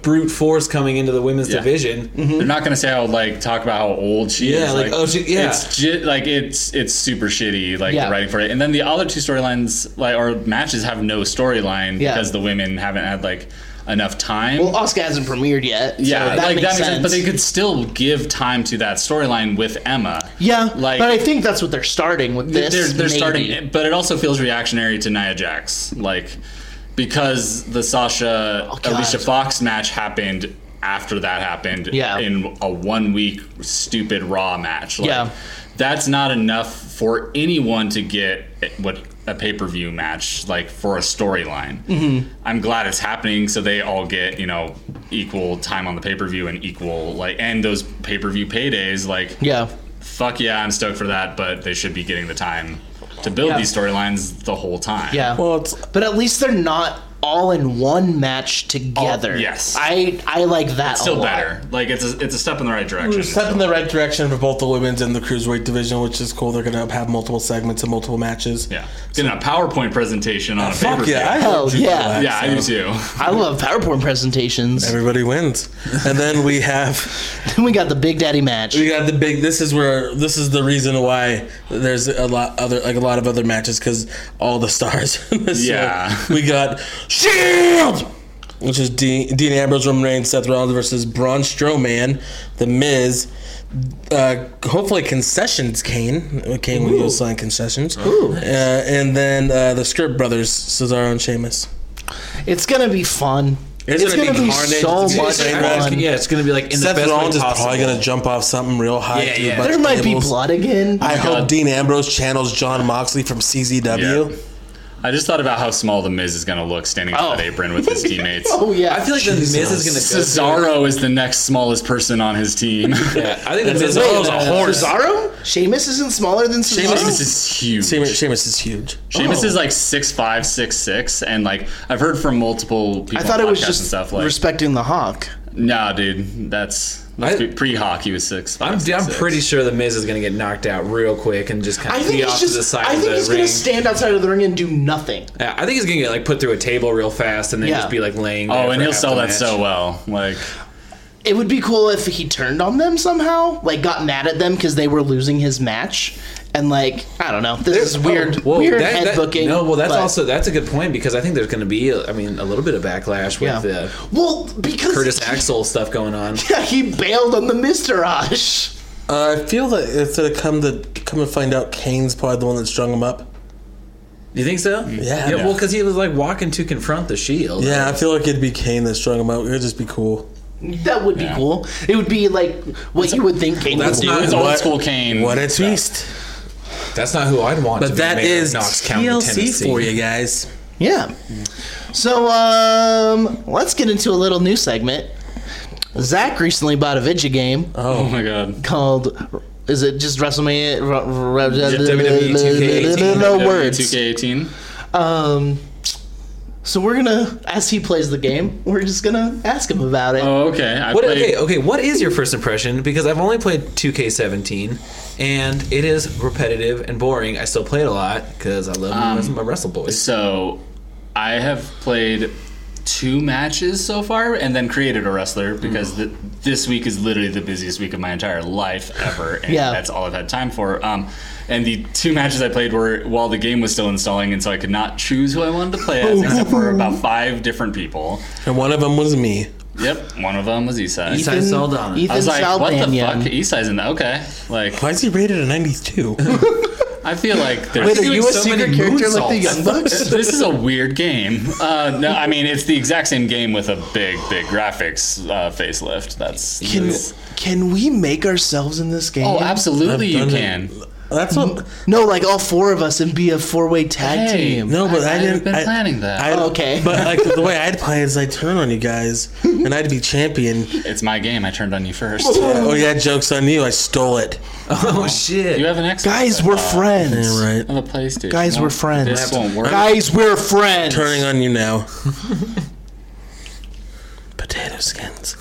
D: brute force coming into the women's
C: Yeah.
D: division.
B: Mm-hmm.
C: They're not gonna say how like talk about how old she
D: Yeah,
C: is.
D: like, oh, she- yeah.
C: It's ju- like it's it's super shitty like
B: Yeah.
C: writing for it. And then the other two storylines like or matches have no storyline
B: Yeah.
C: because the women haven't had like enough time.
B: Well, Oscar hasn't premiered yet.
C: yeah,
B: so that,
C: like
B: makes
C: that makes sense.
B: sense.
C: But they could still give time to that storyline with Emma.
B: yeah,
C: like-
B: but I think that's what they're starting with this.
C: they're, they're
B: maybe.
C: starting, but it also feels reactionary to Nia Jax, like because the Sasha
B: Oh, God.
C: Alicia Fox match happened after that happened
B: Yeah.
C: in a one week stupid Raw match. Like,
B: Yeah.
C: that's not enough for anyone to get what a pay per view match like for a storyline.
B: Mm-hmm.
C: I'm glad it's happening, so they all get you know equal time on the pay per view and equal like and those pay per view paydays like
B: Yeah,
C: fuck yeah, I'm stoked for that, but they should be getting the time to build
B: Yeah.
C: these storylines the whole time.
B: yeah.
E: Well, it's
B: but at least they're not all in one match together.
C: yes.
B: I I like that. a
C: Still
B: lot.
C: better. Like it's a, it's a step in the right direction.
E: a step in the right direction for both the women's and the cruiserweight division, which is cool. They're gonna have multiple segments and multiple matches.
C: yeah. Getting a PowerPoint presentation on a paper.
E: Fuck yeah! I
B: Hell
E: hope you do
B: yeah.
E: that,
C: yeah, I do
E: so
C: too.
B: I love PowerPoint presentations.
E: Everybody wins, and then we have
B: Then we got the Big Daddy match.
E: we got the big. This is where this is the reason why there's a lot other like a lot of other matches because all the stars. in this
C: Yeah.
E: one. we got Shield, E which is Dean, Dean Ambrose, Roman Reigns, Seth Rollins versus Braun Strowman, The Miz. Uh, hopefully, concessions Kane. uh, Kane when he was selling concessions. Uh, and then uh, the Script Brothers, Cesaro and Sheamus.
B: It's gonna be fun.
E: It's
B: It's,
E: gonna
B: gonna,
E: be
B: be,
E: carnage.
B: so
E: It's gonna be
B: much
E: train
B: fun.
E: wreck.
D: yeah, it's gonna be like in the
E: Seth
D: best
E: Rollins
D: way
E: is
D: possible.
E: probably gonna jump off something real high.
D: Yeah,
E: through a
D: yeah.
E: bunch
B: There
E: of
B: might be
E: tables.
B: blood again.
E: I hope
C: God.
E: Dean Ambrose channels John Moxley from CZW.
C: Yeah. I just thought about how small the Miz is going to look standing on
B: Oh.
C: that apron with his teammates.
B: oh yeah.
D: I feel like the Miz is gonna go.
C: Cesaro is the next smallest person on his team.
D: through- Yeah, I think the Miz is
E: Cesaro's a horse.
B: Cesaro? Sheamus isn't smaller than Cesaro.
C: Sheamus is huge.
E: Sheamus, oh. Sheamus is huge.
C: Sheamus is like six five, six six, and like I've heard from multiple people.
B: I thought
C: on
B: it was
C: podcasts
B: just
C: and stuff like
B: respecting the Hawk.
C: Nah, dude, that's
D: I-
C: pre Hawk. He was six.
D: I'm, I'm pretty sure the Miz is gonna get knocked out real quick and just kind
B: I
D: of
B: think
D: be
B: he's
D: off to the
B: just.
D: side
B: I
D: of
B: think
D: the
B: he's
D: ring.
B: gonna stand outside of the ring and do nothing.
D: Yeah, I think he's gonna get like put through a table real fast and then
B: Yeah.
D: just be like laying. there
C: Oh, and
D: for
C: he'll
D: half
C: sell
D: the
C: that
D: match.
C: so well. Like
B: It would be cool if he turned on them somehow, like got mad at them because they were losing his match, and like I don't know. This is weird,
D: Whoa,
B: weird
D: that-
B: head
D: that-
B: booking.
D: No, well, that's
B: but-
D: also that's a good point because I think there's going to be, I mean, a little bit of backlash with
B: yeah.
D: the
B: well because
D: Curtis Axel stuff going on.
B: Yeah, he bailed on the Misterage.
E: Uh, I feel that it's gonna come to come and find out Kane's probably the one that strung him up.
D: You think so?
C: Mm.
D: Yeah. well, because he was like walking to confront the Shield.
E: Yeah, I feel like it'd be Kane that strung him up. It would just be cool.
B: That would be cool. It would be like what you would think Kane would
E: That's
B: do.
C: it
E: not
C: was
E: what-
C: old school Kane.
E: What a twist!
D: that's not who I'd want. to
E: Mm-hmm. But that
D: be mayor of
E: is
D: Knox County,
E: TLC
D: Tennessee.
E: for you guys.
B: Yeah. So um, let's get into a little new segment. Zach recently bought a video game
C: oh my god.
B: called. Is it just WrestleMania?
D: WWE
C: E
D: 2K18.
B: No
C: Two
B: words.
C: K eighteen.
B: Um, so we're gonna, as he plays the game, we're just gonna ask him about it.
C: Oh okay. I
D: What,
C: played.
D: okay, okay. What is your first impression? Because I've only played 2K17, and it is repetitive and boring. I still play it a lot because I love my
C: Um,
D: wrest- my wrestle boys.
C: So I have played two matches so far, and then created a wrestler because th this week is literally the busiest week of my entire life ever, and
B: Yeah.
C: that's all I've had time for. Um, and the two matches I played were while the game was still installing, and so I could not choose who I wanted to play as, except for about five different people.
E: And one of them was me.
C: Yep, one of them was Isai.
D: Isai Saldana.
B: Ethan
C: I was like, what the fuck?
B: Saldanyan.
C: Isai's in that. Okay. Like,
E: Why is he rated a 92?
C: I feel like there's.
B: Wait, are
D: doing
B: you a
D: so
B: secret
D: many
B: character like the
D: moonsaults.
B: Young Bucks?
C: this is a weird game. Uh, no, I mean, it's the exact same game with a big, big graphics uh, facelift. That's.
B: Can,
C: that's-
B: can we make ourselves in this game?
C: oh, absolutely you
E: I've done
C: can.
E: it. That's what.
B: No, like all four of us and be a four-way tag
C: Hey.
B: team.
E: No, but I,
C: I- I've
E: didn't.
C: been
E: I-
C: planning that.
E: I-
B: Oh, okay.
E: But like the way I'd play is I'd turn on you guys and I'd be champion.
C: It's my game. I turned on you first.
E: Oh yeah, jokes on you. I stole it.
D: Oh shit!
C: You have an Xbox.
B: Guys,
C: I
B: we're
C: thought.
B: friends.
E: All right.
C: I have a PlayStation.
B: Guys,
C: No,
B: we're friends.
C: This won't work.
B: Guys, we're friends.
E: Turning on you now. Potato skins.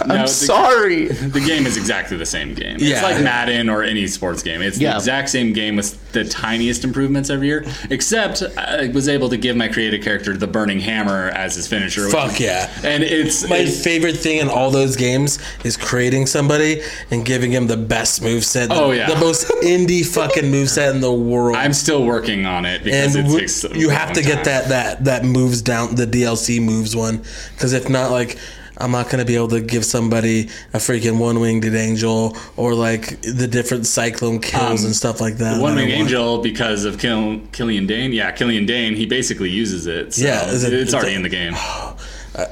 B: I'm
C: it's-
B: sorry.
C: The game is exactly the same game.
E: Yeah.
C: It's like Madden or any sports game. It's
B: Yeah.
C: the exact same game with the tiniest improvements every year, except I was able to give my creative character the burning hammer as his finisher. which
E: Fuck
C: is-
E: yeah.
C: And it's,
E: My
C: it's-
E: favorite thing in all those games is creating somebody and giving him the best moveset.
C: Oh, yeah.
E: The most indie fucking moveset in the world.
C: I'm still working on it
E: and
C: because it
E: w-
C: takes a
E: you have
C: long
E: to get
C: time.
E: that that that moves down the DLC moves one because if not, like I'm not gonna be able to give somebody a freaking one winged angel or like the different cyclone kills
C: Um,
E: and stuff like that.
C: One
E: that I
C: Wing
E: want.
C: Angel because of Kill, Killian Dane. Yeah, Killian Dane. He basically uses it. So
E: Yeah, is it-
C: it's,
E: it's
C: already
E: a-
C: in the game.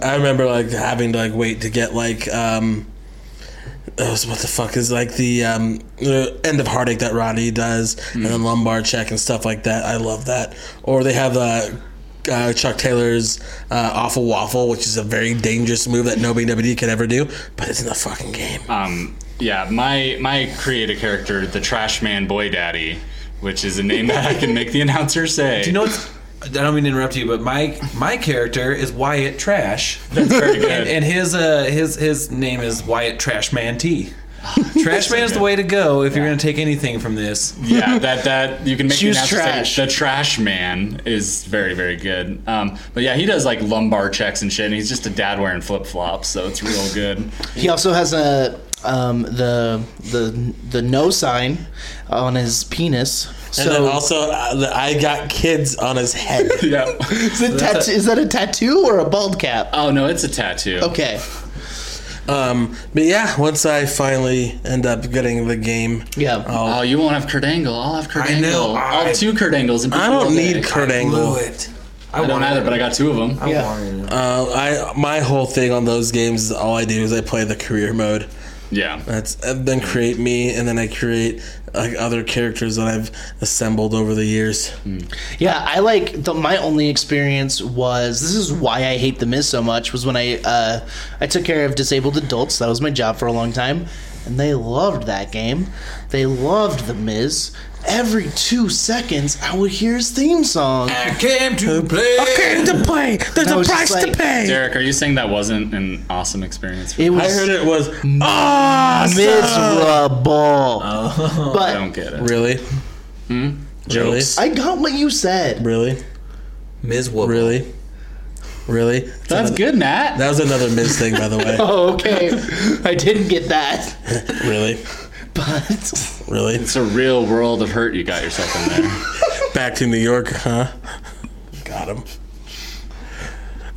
E: I remember like having to like wait to get like um it was- what the fuck is like the um the end of heartache that Roddy does and then lumbar check and stuff like that. I love that. Or they have uh, uh, Chuck Taylor's uh, awful waffle, which is a very dangerous move that nobody WD could ever do, but it's in the fucking game.
C: Um, yeah, my my creative character, the Trash Man Boy Daddy, which is a name that I can make the announcer say.
D: You know what's. I don't mean to interrupt you, but my my character is Wyatt Trash,
C: That's very good.
D: and, and his uh his his name is Wyatt Trashman T. Trashman is the way to go if you're gonna take anything from this.
C: yeah, that that you can make
B: Choose
C: the announcer say,
B: trash.
C: The Trash Man is very very good. Um, but yeah, he does like lumbar checks and shit, and he's just a dad wearing flip flops, so it's real good.
B: He also has a um, the the the no sign on his penis.
E: And then
B: So
E: also uh, the I got kids on his head.
C: yeah.
B: is, it tat- is that a tattoo or a bald cap?
C: Oh no, it's a tattoo.
B: Okay.
E: um, but yeah, once I finally end up getting the game,
B: Yeah.
C: Oh, you won't have Kurt Angle. I'll have Kurt
D: I
C: Angle.
D: know,
C: I'll
D: I-
C: have two Kurt Angles. And
E: I don't need Kurt Angle.
D: Blew it.
C: I don't
D: wanted
C: either,
D: it.
C: but I got two of them.
D: I
B: Yeah.
D: wanted it.
E: Uh, I my whole thing on those games is all I do is I play the career mode.
C: Yeah.
E: That's and then create me, and then I create like other characters that I've assembled over the years.
B: Yeah, I like the, my only experience was this is why I hate the Miz so much was when I uh, I took care of disabled adults. That was my job for a long time, and they loved that game. They loved the Miz. Every two seconds, I would hear his theme song.
D: I came to play.
E: to play. There's
B: a was just price to like-
E: pay.
C: Derek, are you saying that wasn't an awesome experience? For
B: It
C: you?
B: was
E: I heard it was awesome.
B: miserable,
C: I
B: but
C: don't get it.
E: Really, really?
C: Jokes.
B: I got what you said.
E: really,
D: Ms. Whoop.
E: really, really.
C: That's good, Matt.
E: That was another Miz thing, by the way.
B: Oh, okay, I didn't get that,
E: Really,
B: but
E: really.
C: it's a real world of hurt you got yourself in there.
E: Back to New York, huh? Got him.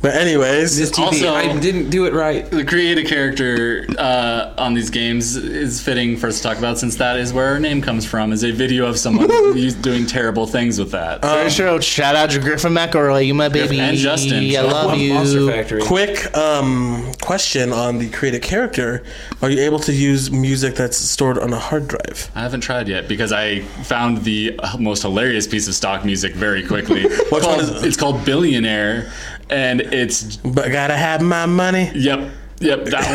E: But anyways,
D: Miss TV.
C: Also-
D: I didn't do it right.
C: the creative character uh, on these games is fitting for us to talk about since that is where our name comes from is a video of someone who's doing terrible things with that.
B: for sure, oh, shout out to Griffin McElroy, you my baby,
C: and Justin.
B: I love you.
D: Monster Factory.
E: Quick um, question on the created character: Are you able to use music that's stored on a hard drive?
C: I haven't tried yet because I found the most hilarious piece of stock music very quickly.
E: Which one
C: Called-
E: is it?
C: It's called Billionaire, and it's
E: But gotta have my money.
C: Yep, yep, that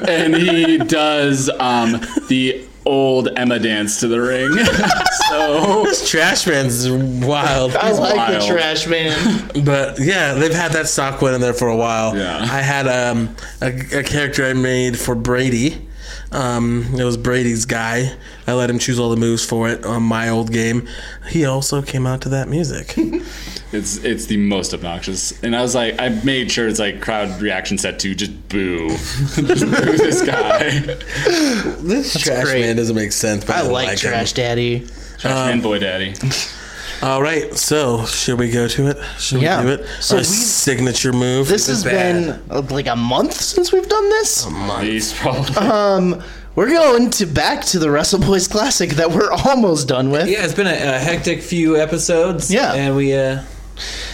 C: one. and he does um, the old Emma dance to the ring. so
E: This trash man's wild.
B: I like
C: wild.
B: the trash man.
E: But yeah, they've had that stock one in there for a while.
C: Yeah.
E: I had um, a, a character I made for Brady. Um, it was Brady's guy. I let him choose all the moves for it on my old game. He also came out to that music.
C: it's it's the most obnoxious. And I was like, I made sure it's like crowd reaction set to just boo, just boo this guy.
E: this trash
B: great.
E: man doesn't make sense. But
B: I like,
E: him.
B: Trash Daddy.
C: and boy daddy.
E: All right, so should we go to it? Should
B: Yeah.
E: we do it?
B: So
E: Our
B: we-
E: signature move.
B: This has been uh, like a month since we've done this.
C: He's
E: Uh-huh.
C: probably
B: Um, we're going to back to the Wrestle Boys Classic that we're almost done with.
D: Yeah, it's been a, a hectic few episodes.
B: Yeah.
D: and we uh,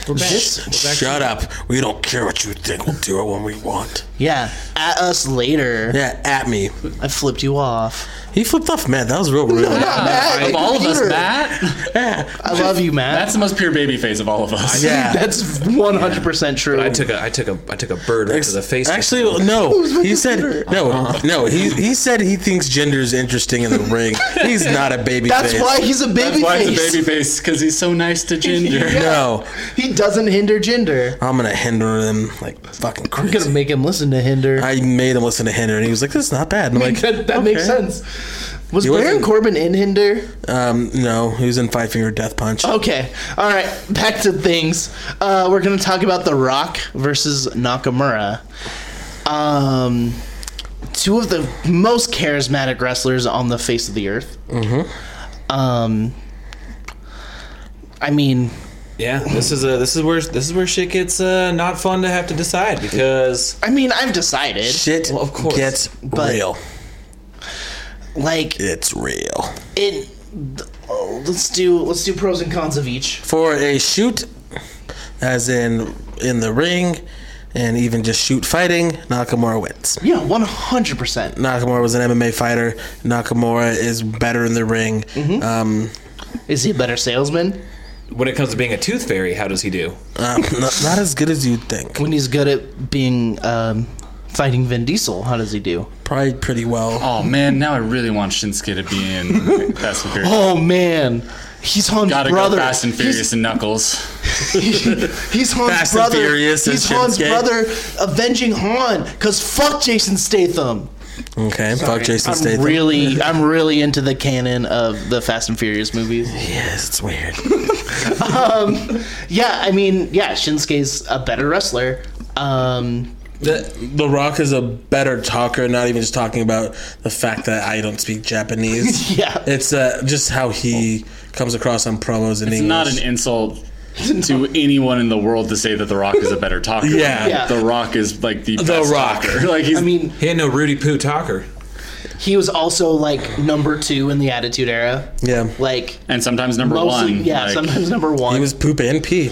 D: we're back.
B: This-
D: We're back
E: Shut up. We don't care what you think. We'll do it when we want.
B: Yeah, at us later.
E: Yeah, at me.
B: I flipped you off.
E: He flipped off Matt. That was real rude.
B: Matt,
C: of
B: the
C: all of us,
B: computer.
C: Matt.
B: I love you, Matt.
C: That's the most pure baby face of all of us.
E: Yeah.
B: That's 100% true.
D: I took a I took a I took a bird right to the face.
E: Actually, no. He said no. No, he he said he thinks gender is interesting in the ring. He's not a baby
B: That's
E: face.
B: why he's a baby
C: That's why he's
B: face.
C: a baby face because he's so nice to Ginger.
E: No,
B: He doesn't hinder gender.
E: I'm gonna hinder him like fucking
B: I'm gonna
E: crazy.
B: make him listen listen to Hinder.
E: I made him listen to Hinder, and he was like, "This is not bad." And I'm like,
B: that that makes
E: "Okay."
B: sense. Was
E: You
B: Baron
E: wasn't-
B: Corbin in Hinder?
E: Um, no, he was in Five Finger Death
B: Oh,
E: Punch.
B: Okay. All right. Back to things. Uh, we're going to talk about The Rock versus Nakamura. Um, two of the most charismatic wrestlers on the face of the earth. Mm-hmm. Um, I mean,
D: Yeah, this is a this is where this is where shit gets uh, not fun to have to decide because
B: I mean, I've decided.
E: Shit
D: Well, of course.
E: gets
B: But-
E: real.
B: Like
E: It's real.
B: it. oh, Let's do let's do pros and cons of each.
E: For a shoot, as in in the ring, and even just shoot fighting, Nakamura wins.
B: Yeah, one hundred percent.
E: Nakamura was an MMA fighter. Nakamura is better in the ring. Um,
B: Is he a better salesman
D: when it comes to being a tooth fairy, how does he do?
E: uh, not, not as good as you'd think.
B: when he's good at being um, fighting Vin Diesel? How does he do?
E: Probably pretty well.
C: Oh man, now I really want Shinsuke to be in Fast and Furious.
B: Oh man, he's Han's
C: Gotta
B: brother.
C: go Fast and Furious and Knuckles.
B: He's, he's Han's
E: Fast and
B: brother.
E: Furious and
B: he's Han's
E: Shinsuke.
B: brother, avenging Han. Cause fuck Jason Statham.
E: Okay, fuck Jason
B: I'm
E: Statham.
B: really, I'm really into the canon of the Fast and Furious movies. Um,
E: Yes, it's weird.
B: Yeah, I mean, yeah, Shinsuke's a better wrestler. Um,
D: The,
E: The Rock is a better talker, not even just talking about the fact that I don't speak Japanese.
B: Yeah.
E: It's uh, just how he comes across on promos in English.
C: It's not an insult to anyone in the world to say that The Rock is a better talker.
E: Yeah.
B: Yeah.
C: The Rock is like the, best
E: Rock.
C: talker. Like he's
B: I mean,
D: he had no Rudy Poo talker.
B: he was also like number two in the Attitude Era.
E: Yeah.
B: Like
C: and sometimes number
B: mostly,
C: one.
B: yeah,
C: like,
B: sometimes number one.
E: He was poop and pee.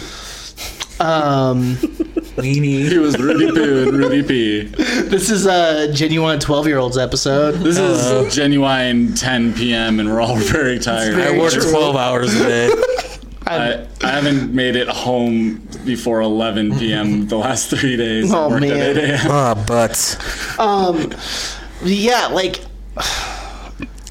B: um,
C: he
D: Weenie.
C: was Rudy Poo and Rudy P.
B: this is a genuine twelve-year-olds episode.
C: This is
B: Uh,
C: genuine 10 p.m. and we're all very tired.
E: I
B: very
E: work
B: true.
E: 12 hours a day.
C: I, I haven't made it home before 11 p.m. the last three days. I
B: Oh,
C: worked
B: man.
C: At 8 a.m.
E: Ah, but
B: Um, Yeah, like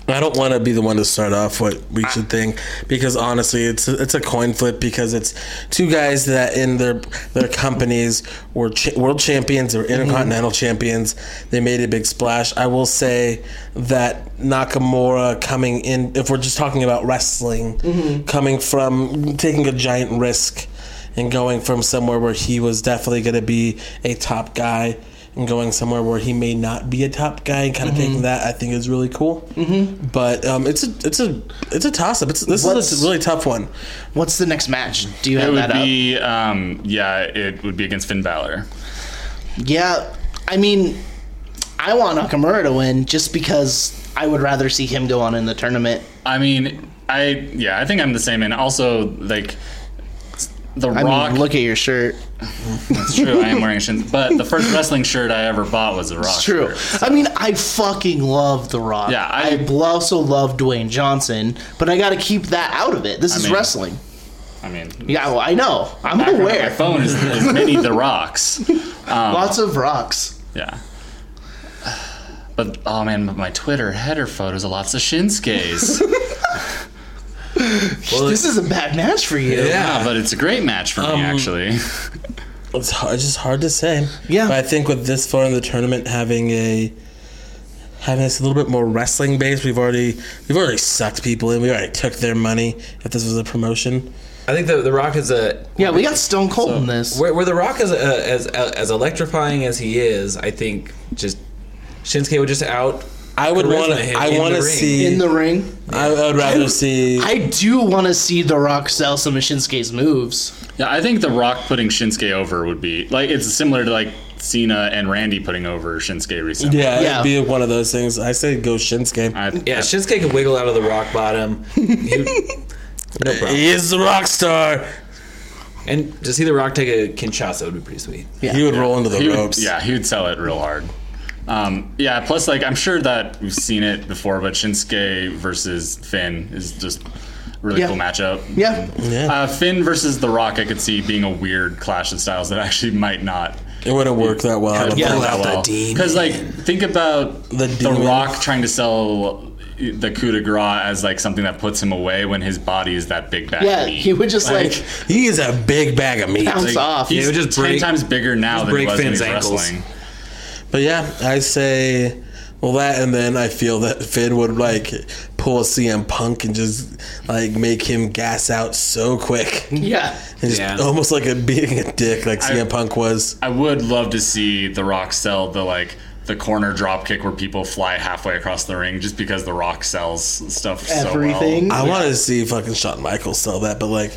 E: I don't want to be the one to start off what we should think because honestly, it's a, it's a coin flip because it's two guys that in their their companies were cha- world champions, they were intercontinental champions. They made a big splash. I will say that Nakamura coming in, if we're just talking about wrestling, coming from taking a giant risk and going from somewhere where he was definitely going to be a top guy and going somewhere where he may not be a top guy and
B: Mm-hmm.
E: kind of taking that I think is really cool. Mm-hmm. But um, it's a it's a it's a toss up. It's this
B: What's-
E: is a really tough one.
B: What's the next match? Do you have
C: It would
B: that up?
C: be, um, yeah, it would be against Finn Balor.
B: Yeah, I mean, I want Nakamura to win just because I would rather see him go on in the tournament.
C: I mean, I yeah, I think I'm the same. And also, like, The
B: I
C: Rock.
B: mean, look at your shirt.
C: it's true, I am wearing a shin. But the first wrestling shirt I ever bought was a Rock.
B: True.
C: shirt.
B: I mean, I fucking love The Rock.
C: Yeah,
B: I,
C: I-
B: bl- also love Dwayne Johnson, but I got to keep that out of it. This is
C: mean-
B: wrestling.
C: I mean,
B: Yeah, well, I know. I'm
C: background of My
B: aware.
C: phone is, is many The Rocks.
B: Lots of rocks.
C: Yeah. But oh man, but my Twitter header photos are lots of Shinsuke's. Uh,
D: Well,
B: This is a bad match for you.
D: Yeah.
C: yeah, but it's a great match for
B: Um,
C: me actually.
E: It's hard, it's just hard to say.
B: Yeah.
E: but I think with this far in the tournament having a having this a little bit more wrestling base, we've already we've already sucked people in. We already took their money. If this was a promotion,
D: I think the the Rock is a
B: Yeah, we got Stone Cold in this.
D: where, where the Rock is uh, as as electrifying as he is. I think just Shinsuke would just out.
E: I would
D: charisma
E: want to.
D: him
E: I
D: in the
E: want to
D: ring.
E: see.
B: In the ring.
E: I, I would rather see.
B: I do want to see The Rock sell some of Shinsuke's moves.
C: Yeah, I think The Rock putting Shinsuke over would be like it's similar to like Cena and Randy putting over Shinsuke recently.
E: Yeah,
B: Yeah.
E: it'd be one of those things. I say go Shinsuke.
C: I,
D: Yeah, Shinsuke could wiggle out of the Rock bottom. He- no problem.
E: He is the rock star.
D: And to see the Rock take a Kinshasa would be pretty sweet.
E: He would roll into the
C: he would,
E: ropes.
C: yeah, he would sell it real hard. Um, yeah, plus like I'm sure that we've seen it before, but Shinsuke versus Finn is just really
B: Yeah.
C: cool matchup.
B: Yeah.
E: Yeah.
C: Uh, Finn versus The Rock, I could see being a weird clash of styles that actually might not
E: it wouldn't work that well. I don't
B: Yeah.
E: think.
B: Pull out
C: Because like, think about the,
E: demon.
C: Rock trying to sell the coup de grace as like something that puts him away when his body is that big back.
B: Yeah,
C: knee.
B: he would just like,
E: He is a big bag of meat.
B: bounce
C: Like,
B: off.
C: He's
D: Yeah, it would just
C: ten
D: break-
C: times bigger now than he
D: break
C: was when he
D: Finn's
C: was
D: ankles.
C: wrestling.
E: But yeah, I say, well, that, and then I feel that Finn would like pull a CM Punk and just like make him gas out so quick. And
B: Yeah.
E: just
D: Yeah.
E: almost like a being a dick, like CM Punk was.
C: I would love to see The Rock sell the like the corner drop kick where people fly halfway across the ring, just because The Rock sells stuff
B: Everything.
C: so well.
E: I wanted to see fucking Shawn Michaels sell that, but like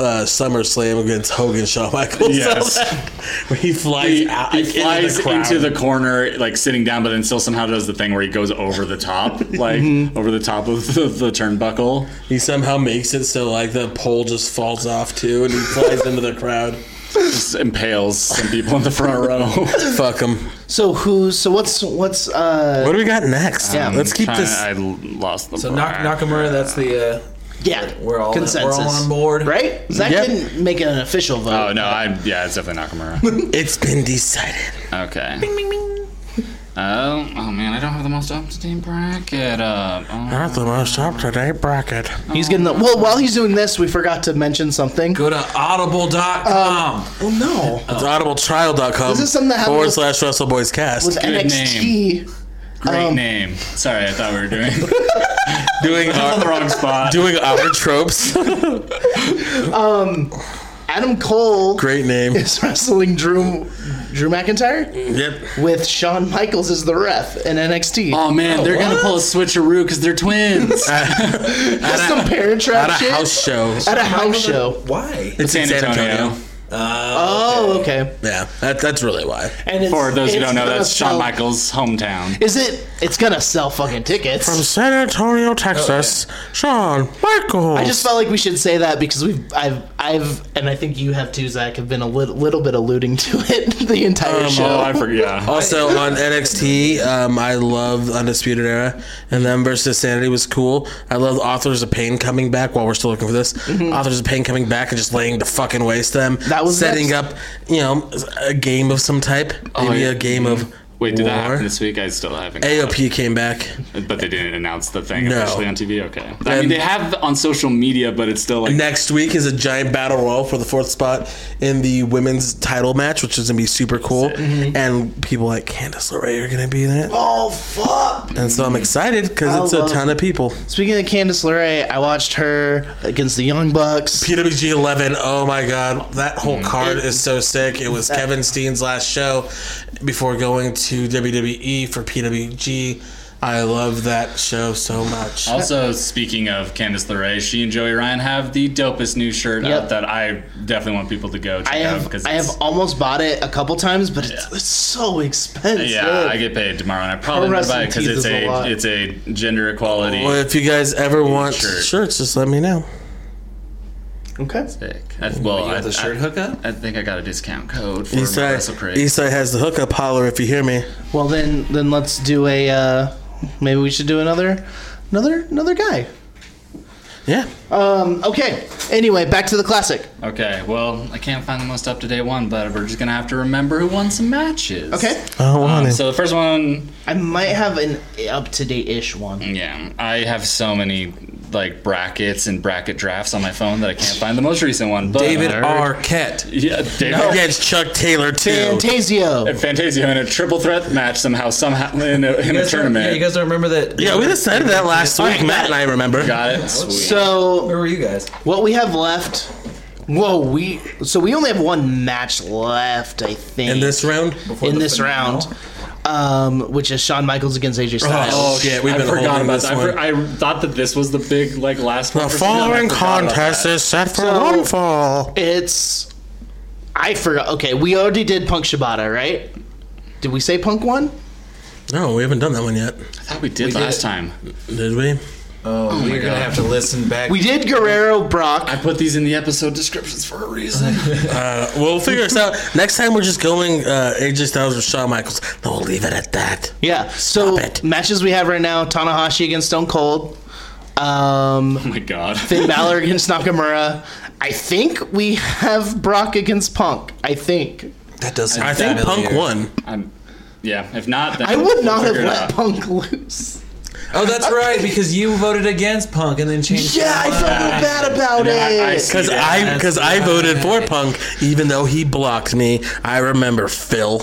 E: uh, SummerSlam against Hogan, Shawn Michaels.
C: Yes.
E: Sell that. Where he flies
C: He,
E: out.
C: he
E: like,
C: flies into the,
E: crowd.
C: corner, like sitting down, but then still somehow does the thing where he goes over the top, like over the top of the, the turnbuckle.
E: He somehow makes it so like the pole just falls off too, and he flies into the crowd.
C: just impales some people in the front row.
E: Fuck him.
B: So who's so what's what's uh
E: What do we got next?
B: Yeah.
E: Let's keep
C: Kinda-
E: this.
C: I l- lost the.
D: So Nak- Nakamura, that's the. Uh,
B: yeah
D: We're all- we're all on board.
B: right? Zach
E: Yep.
B: didn't make it an official vote.
C: Oh no! I yeah, it's definitely Nakamura.
E: It's been decided.
C: okay. Oh, oh man, I don't have the most up to date bracket. Uh, oh.
E: Not the most up to date bracket.
B: He's getting the well. While he's doing this, we forgot to mention something.
D: go to audible.com.
B: Well, no,
E: It's audibletrial.com.
B: This is something that happened
E: forward
B: with-
E: slash Russell Boys Cast.
B: with NXT.
C: Great
B: um,
C: name. Sorry, I thought we were doing
E: doing
C: on the
E: our,
C: wrong spot.
E: doing our tropes.
B: Adam Cole
E: Great name.
B: is wrestling Drew Drew McIntyre
E: Yep.
B: with Shawn Michaels as the ref in NXT.
C: Oh man, they're gonna pull a switcheroo because they're twins.
B: That's some parent
E: At
B: trap
E: a
B: shit
E: house show.
B: at a house show.
D: Why?
E: It's in San Antonio.
B: Oh, okay.
E: Yeah, that, that's really why.
B: And it's,
C: For those who
B: it's
C: don't know,
B: gonna
C: that's Shawn
B: sell-
C: Michaels' hometown.
B: Is it? It's gonna sell fucking tickets.
E: San Antonio, Texas, Sean Michaels.
B: I just felt like we should say that because we've, I've, I've, and I think you have too, Zach, have been a little, little bit alluding to it the entire show.
C: Oh, I forgot. Yeah.
E: Also on NXT, um, I love Undisputed Era, and them versus Sanity was cool. I love Authors of Pain coming back while we're still looking for this. Authors of Pain coming back and just laying to fucking waste them.
B: Mm-hmm. That was
E: setting
B: next. Oh,
E: up, you know, a game of some type. Maybe
C: yeah.
E: a game of
C: Wait, did
E: war.
C: that happen this week? I still haven't.
E: AOP came back.
C: But they didn't announce the thing
E: No.
C: officially on TV. Okay. I mean,
E: And-
C: they have on social media, but it's still like
E: Next week is a giant battle royal for the fourth spot in the women's title match, which is gonna be super cool. And people like Candice LeRae are gonna be in it,
B: Oh fuck!
E: and so I'm excited because it's a
B: love-
E: ton of people.
B: Speaking of Candice LeRae, I watched her against the Young Bucks.
E: PWG 11. Oh my God, that whole card is so sick. It was Kevin Steen's last show before going to WWE for PWG. I love that show so much.
C: Also, speaking of Candice LeRae, she and Joey Ryan have the dopest new shirt
B: Yep.
C: out that I definitely want people to go check
B: I
C: out
B: have,
C: because
B: I have almost bought it a couple times, but it's,
C: Yeah.
B: it's so expensive.
C: yeah, I get paid tomorrow, and I probably
B: Pro
C: would buy it because
B: wrestling teases
C: it's
B: a lot.
C: a it's a gender equality.
E: Well, if you guys ever want
C: Shirt.
E: shirts, just let me know.
B: okay.
C: pick. I, well, I,
D: The shirt
C: I-
D: hookup?
C: I think I got a discount code for my Wrestle
E: Eastside,
C: Crate.
E: Eastside has the hookup. Holler if you hear me.
B: Well then, then let's do a. Uh, maybe we should do another, another, another guy.
E: Yeah.
B: Um. Okay. Anyway, back to the classic.
C: Okay, well, I can't find the most up to date one, but we're just gonna have to remember who won some matches.
B: Okay.
E: I don't want
C: Um,
E: it.
C: so the first one
B: I might have an up to date ish one.
C: Yeah, I have so many like brackets and bracket drafts on my phone that I can't find the most recent one. But
D: David Arquette.
C: yeah, David
E: Against Chuck Taylor, too.
B: Fantasio.
C: Fantasio in a triple threat match somehow, somehow in a, in a
D: Yeah,
C: tournament.
D: you guys don't remember that?
E: Yeah, we decided that last week. Matt and I remember.
C: Got it. Sweet.
B: So
D: Where were you guys?
B: what we have left? Whoa, we so we only have one match left, I think,
E: In this round?
B: in
D: the
B: this
D: finale.
B: round, um, which is Shawn Michaels against AJ Styles.
E: Oh, shit. We've
C: I
E: been
C: forgot
E: holding
C: about
E: this
C: that. I,
E: one.
C: for- I thought that this was the big like last one.
E: The following contest is set for
B: So-
E: one fall.
B: It's I forgot. Okay, we already did Punk Shibata, right? Did we say Punk one?
E: No, we haven't done that one yet.
C: I thought we did
D: did
C: last
D: it.
C: time.
E: Did we?
D: Oh, we're going to have to listen back.
B: We did Guerrero Brock.
C: I put these in the episode descriptions for a reason. Oh
E: Uh, we'll figure this out. Next time, we're just going uh, AJ Styles or Shawn Michaels. No, we'll leave it at that.
B: Yeah. So
E: Stop it.
B: matches we have right now: Tanahashi against Stone Cold. Um,
C: oh my god.
B: Finn Balor against Nakamura. I think we have Brock against Punk. I think.
D: That does sound
E: I think
D: familiar.
E: Punk won.
C: I'm, yeah, if not, then
B: I would not have
C: figure it
B: let
C: out.
B: Punk loose.
D: Oh, that's right, because you voted against Punk and then changed your
B: Yeah, I felt
D: mind.
B: real bad about
C: Yeah, I- I
B: it.
C: see.
E: Because I because I
D: right.
E: voted for Punk, even though he blocked me. I remember Phil.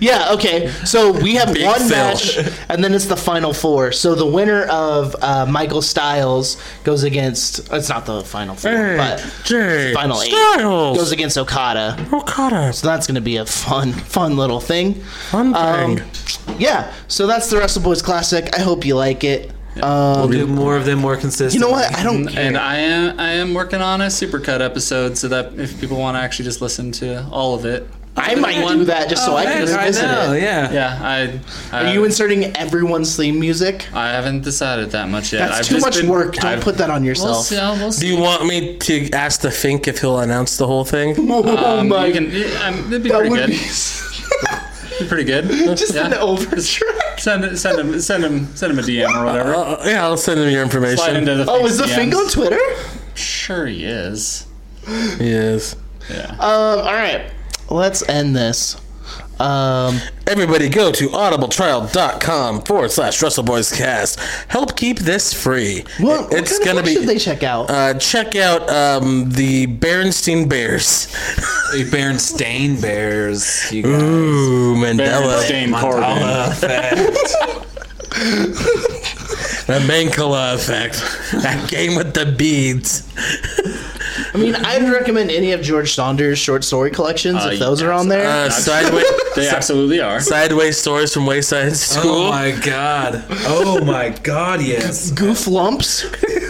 B: Yeah, okay. So we have
E: Big
B: one
E: Phil.
B: match, and then it's the final four. So the winner of uh, Michael Styles goes against. It's not the final four, but
E: Jay,
B: final eight
E: Styles.
B: goes against Okada.
E: Okada,
B: So that's going to be a fun, fun little thing.
E: fun
B: Um,
E: thing.
B: yeah. So that's the Wrestle Boys Classic. I hope you like it. Um,
D: We'll do more of them more
B: you
D: consistent.
B: know what? I don't. care.
C: And I am I am working on a supercut episode so that if people want to actually just listen to all of it,
B: I might
C: One-
B: do that just so I can
D: Oh, I
B: revisit
D: know,
B: it.
D: yeah.
C: Yeah, I. I
B: Are you inserting everyone's theme music?
C: I haven't decided that much yet.
B: That's
C: I've
B: too
C: just
B: much
C: been-
B: work. Don't
C: I've-
B: put that on
C: We'll
B: yourself.
C: see. I'll- We'll
E: Do
C: see.
E: you want me to ask the Fink if he'll announce the whole thing?
B: Oh
C: Um,
B: my!
C: you can, yeah, um, that'd be
B: that
C: pretty
B: would
C: good.
B: be
C: Be pretty good.
B: just
C: Yeah.
B: an overtrack.
C: Send it- send him send him send him a DM or whatever.
E: Uh, yeah, I'll send him your
C: Slide into
E: information.
C: the
B: Oh, is the
C: DMs.
B: thing on Twitter?
C: Sure he is.
E: Yes.
C: Yeah.
B: Um, all right, let's end this. Um,
E: Everybody go to audibletrial.com forward slash WrestleBoysCast. Help keep this free.
B: what,
E: It-
B: it's gonna be. Should they check out?
E: uh, check out um, the Berenstein Bears.
D: The Berenstain Bears. You guys.
E: Ooh, Mandela.
C: Dane Corbin.
D: Mandela effect.
E: The Mancala effect. That game with the beads.
B: I mean, I'd recommend any of George Saunders' short story collections
C: Uh,
B: if those are on there.
E: Uh, sideways,
C: They absolutely are.
E: sideways stories from Wayside School.
D: Oh my god. Oh my god, yes.
B: Goof lumps.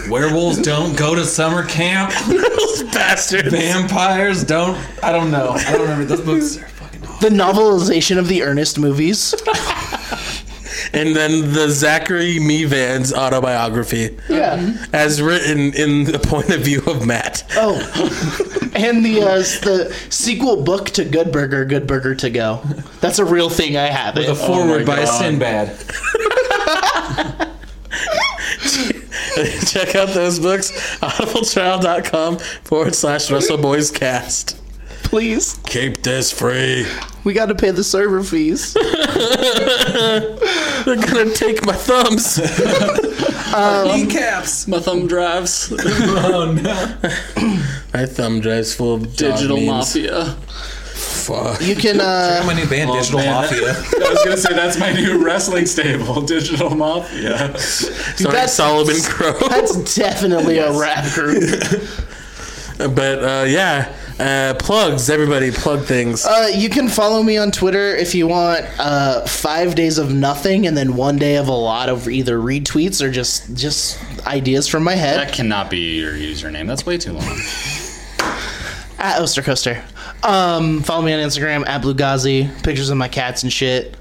D: Werewolves don't go to summer camp.
E: Those bastards.
D: Vampires don't. I don't know. I don't remember. Those books are fucking awful.
B: The novelization of the Ernest movies.
E: And then the Zachary Mevans autobiography,
B: Yeah.
E: as written in the point of view of Matt.
B: Oh, and the uh, s- the sequel book to Good Burger, Good Burger to Go. That's a real thing. I have it.
D: The forward by Sinbad.
E: Check out those books. Audibletrial.com forward slash WrestleBoysCast.
B: Please,
E: Keep this free.
B: we got to pay the server fees.
E: They're gonna take my thumbs.
D: Kneecaps.
C: My thumb drives.
D: Oh no.
E: my thumb drive's full of
C: Digital
E: dog memes.
C: mafia.
E: Fuck.
B: You can. Uh,
D: My new band, Digital
C: man.
D: Mafia.
C: I was gonna say that's my new wrestling stable, Digital Mafia.
E: Sorry,
B: that's-
E: Solomon Crow.
B: That's definitely a rap group.
E: but uh, yeah, uh, plugs. Everybody plug things.
B: Uh, you can follow me on Twitter if you want. Uh, five days of nothing, and then one day of a lot of either retweets or just just ideas from my head
C: That cannot be your username. That's way too long.
B: at Ostercoaster. Um, follow me on Instagram at Blugazi. Pictures of my cats and shit.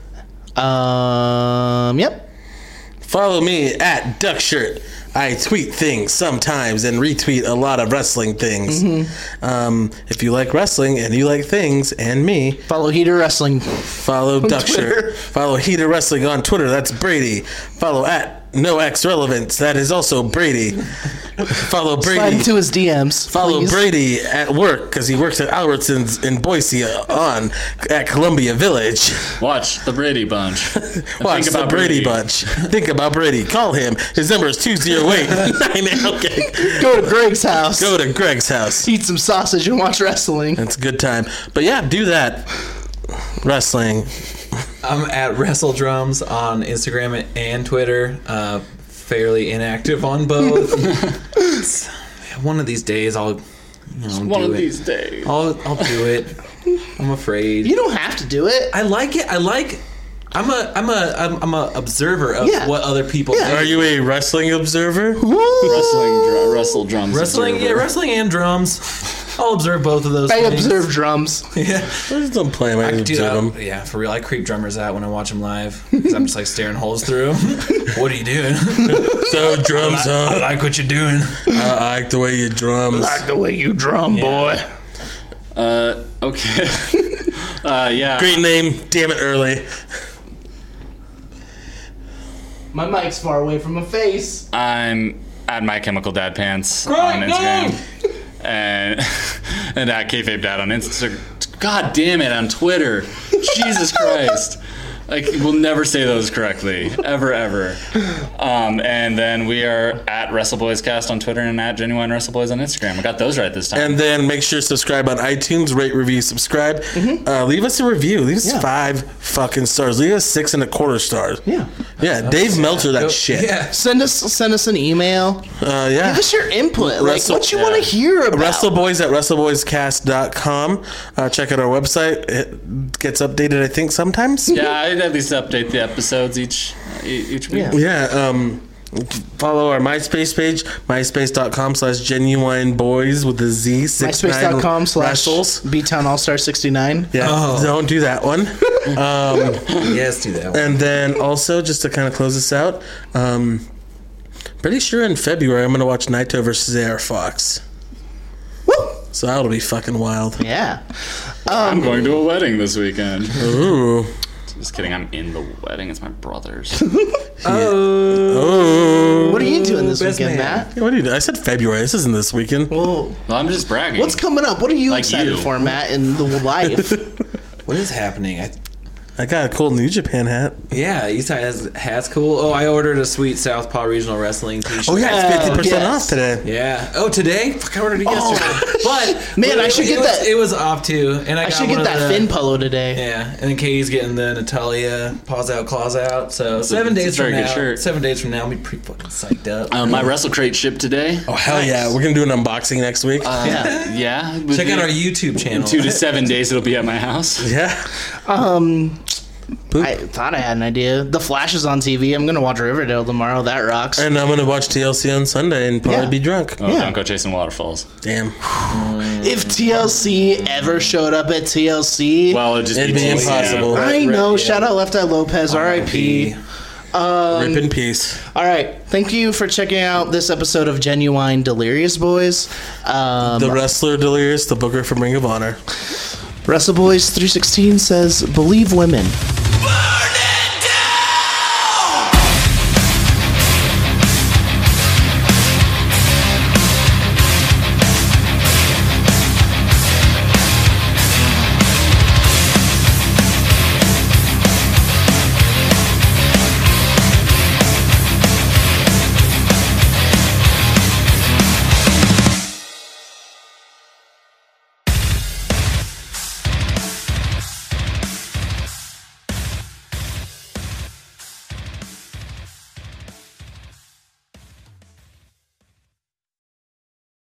B: Um, yep.
E: Follow me at Duckshirt. I tweet things sometimes and retweet a lot of wrestling things.
B: Mm-hmm.
E: Um, if you like wrestling and you like things and me,
B: Follow Heater Wrestling.
E: follow
B: Twitter.
E: Duckshirt. Follow Heater Wrestling on Twitter. That's Brady. Follow at No X Relevance. That is also Brady. follow
B: Slide
E: Brady.
B: into his DMs.
E: Follow
B: please.
E: Brady at work because he works at Albertsons in Boise uh, on at Columbia Village.
C: Watch the Brady Bunch. And
E: Watch
C: think
E: the
C: about
E: Brady, Bunch. Think about Brady. Call him. His number is 208 Okay.
B: Go to Greg's house.
E: Go to Greg's house.
B: eat some sausage and watch wrestling.
E: It's a good time. But yeah, do that. Wrestling.
D: I'm at WrestleDrums on Instagram and Twitter. Uh, fairly inactive on both. It's- one of these days, I'll. You know,
C: One
D: do
C: of
D: it.
C: these days.
D: I'll I'll do it. I'm afraid.
B: You don't have to do it.
D: I like it. I like. I'm a I'm a I'm, I'm a observer of
B: Yeah.
D: what other people.
B: Yeah.
D: think.
E: Are you a wrestling observer?
C: Wrestling, dr- wrestle drums.
D: wrestling? Yeah,
C: observer.
D: wrestling and drums. I'll observe both of those.
B: I
D: things.
B: observe drums.
D: Yeah,
E: Please don't play him. I,
D: dude.
E: observe
D: I,
E: him.
D: yeah, for real. I creep drummers out when I watch them live 'cause I'm just like staring holes through. 'em. what are you doing?
E: So
D: I
E: drums, huh?
D: like what you're doing.
E: I like the way you drums.
B: the way you drum, boy.
C: Uh, okay. uh, yeah.
E: Great name. Damn it, early.
B: My mic's far away from my face.
C: I'm at my chemical dad pants on
D: Great
C: Instagram.
D: name!
C: And and at kayfabe dad on Instagram. God damn it on Twitter. Jesus Christ. Like we'll never say those correctly, ever, ever. Um, and then we are at WrestleBoysCast on Twitter and at Genuine WrestleBoys on Instagram. I got those right this time.
E: And then make sure to subscribe on iTunes, rate, review, subscribe. Uh, leave us a review. Leave us
B: Yeah.
E: five fucking stars. Leave us six and a quarter stars.
B: Yeah.
E: Yeah, Dave Meltzer, that shit.
D: Yeah.
B: Send us send us an email.
E: Uh, yeah.
B: Give us your input. Like
E: Wrestle-
B: what you want to hear about.
E: WrestleBoys at WrestleBoysCast.com. Uh, check out our website. It gets updated, I think, sometimes.
C: yeah, I at least update the episodes each e, each week.
B: Yeah.
E: Yeah. Um, follow our MySpace page, myspace.com slash genuine boys with a Z. six nine
B: MySpace.com slash
E: wrestles.
B: Btown All Star 69.
E: Yeah,
D: Oh.
E: don't do that one. um,
D: Yes, do that. One.
E: and then also, just to kind of close this out, um, pretty sure in February I'm going to watch Naito versus Air Fox.
B: Woo!
E: So that'll be fucking wild.
B: Yeah.
C: I'm going to a wedding this weekend.
E: Ooh.
C: Just kidding. I'm in the wedding. It's my brother's.
D: Oh,
E: Ooh.
B: What are you doing this
D: Best
B: weekend,
D: man.
B: Matt?
E: What do you do? I said February. This isn't this weekend.
B: Well,
C: Well, I'm just bragging.
B: what's coming up? What are you
C: Like
B: excited
C: you.
B: for, Matt, in the life?
D: what is happening? I,
E: I got a cool New Japan hat.
D: yeah, Utah has hats cool. Oh, I ordered a sweet Southpaw Regional Wrestling T-shirt.
E: Oh, yeah, it's
B: Oh,
E: 50%
B: yes.
E: off today.
D: Yeah. Oh, today? Fuck, I ordered it yesterday. But
B: Man,
D: but
B: Oh, I
D: it-
B: should
D: it
B: get
D: was-
B: that-
D: It was off too, and I,
B: I
D: got
B: should get
D: one of
B: that
D: the,
B: fin polo today.
D: Yeah, and then Katie's getting the Natalia paws out, claws out. So seven
C: it's a
D: days
C: very
D: from
C: good
D: now,
C: shirt.
D: seven days from now, I'll be pretty fucking psyched up.
C: Uh, my Wrestle Crate shipped today.
E: Oh, hell yeah. We're going to do an unboxing next week.
B: Yeah.
C: Yeah.
D: Check out our
C: In
D: YouTube channel.
C: two to seven days. It'll be at my house.
E: yeah.
B: Um,
E: Boop.
B: I thought I had an idea. The Flash is on TV. I'm gonna watch Riverdale tomorrow. That rocks.
E: And I'm going to watch TLC on Sunday and probably
B: Yeah.
E: be drunk.
C: Oh,
B: Yeah.
C: don't go chasing waterfalls.
E: Damn.
B: if TLC ever showed up at TLC,
C: Well, it'd just
E: It'd be
C: TCM.
E: impossible.
B: I know.
D: yeah.
B: Shout out Left Eye Lopez, R.I.P.
E: Rip in peace.
B: All right, thank you for checking out this episode of Genuine Delirious Boys. Um,
E: The wrestler Delirious, the booker from Ring of Honor.
B: Wrestle Boys 316 says, "Believe women."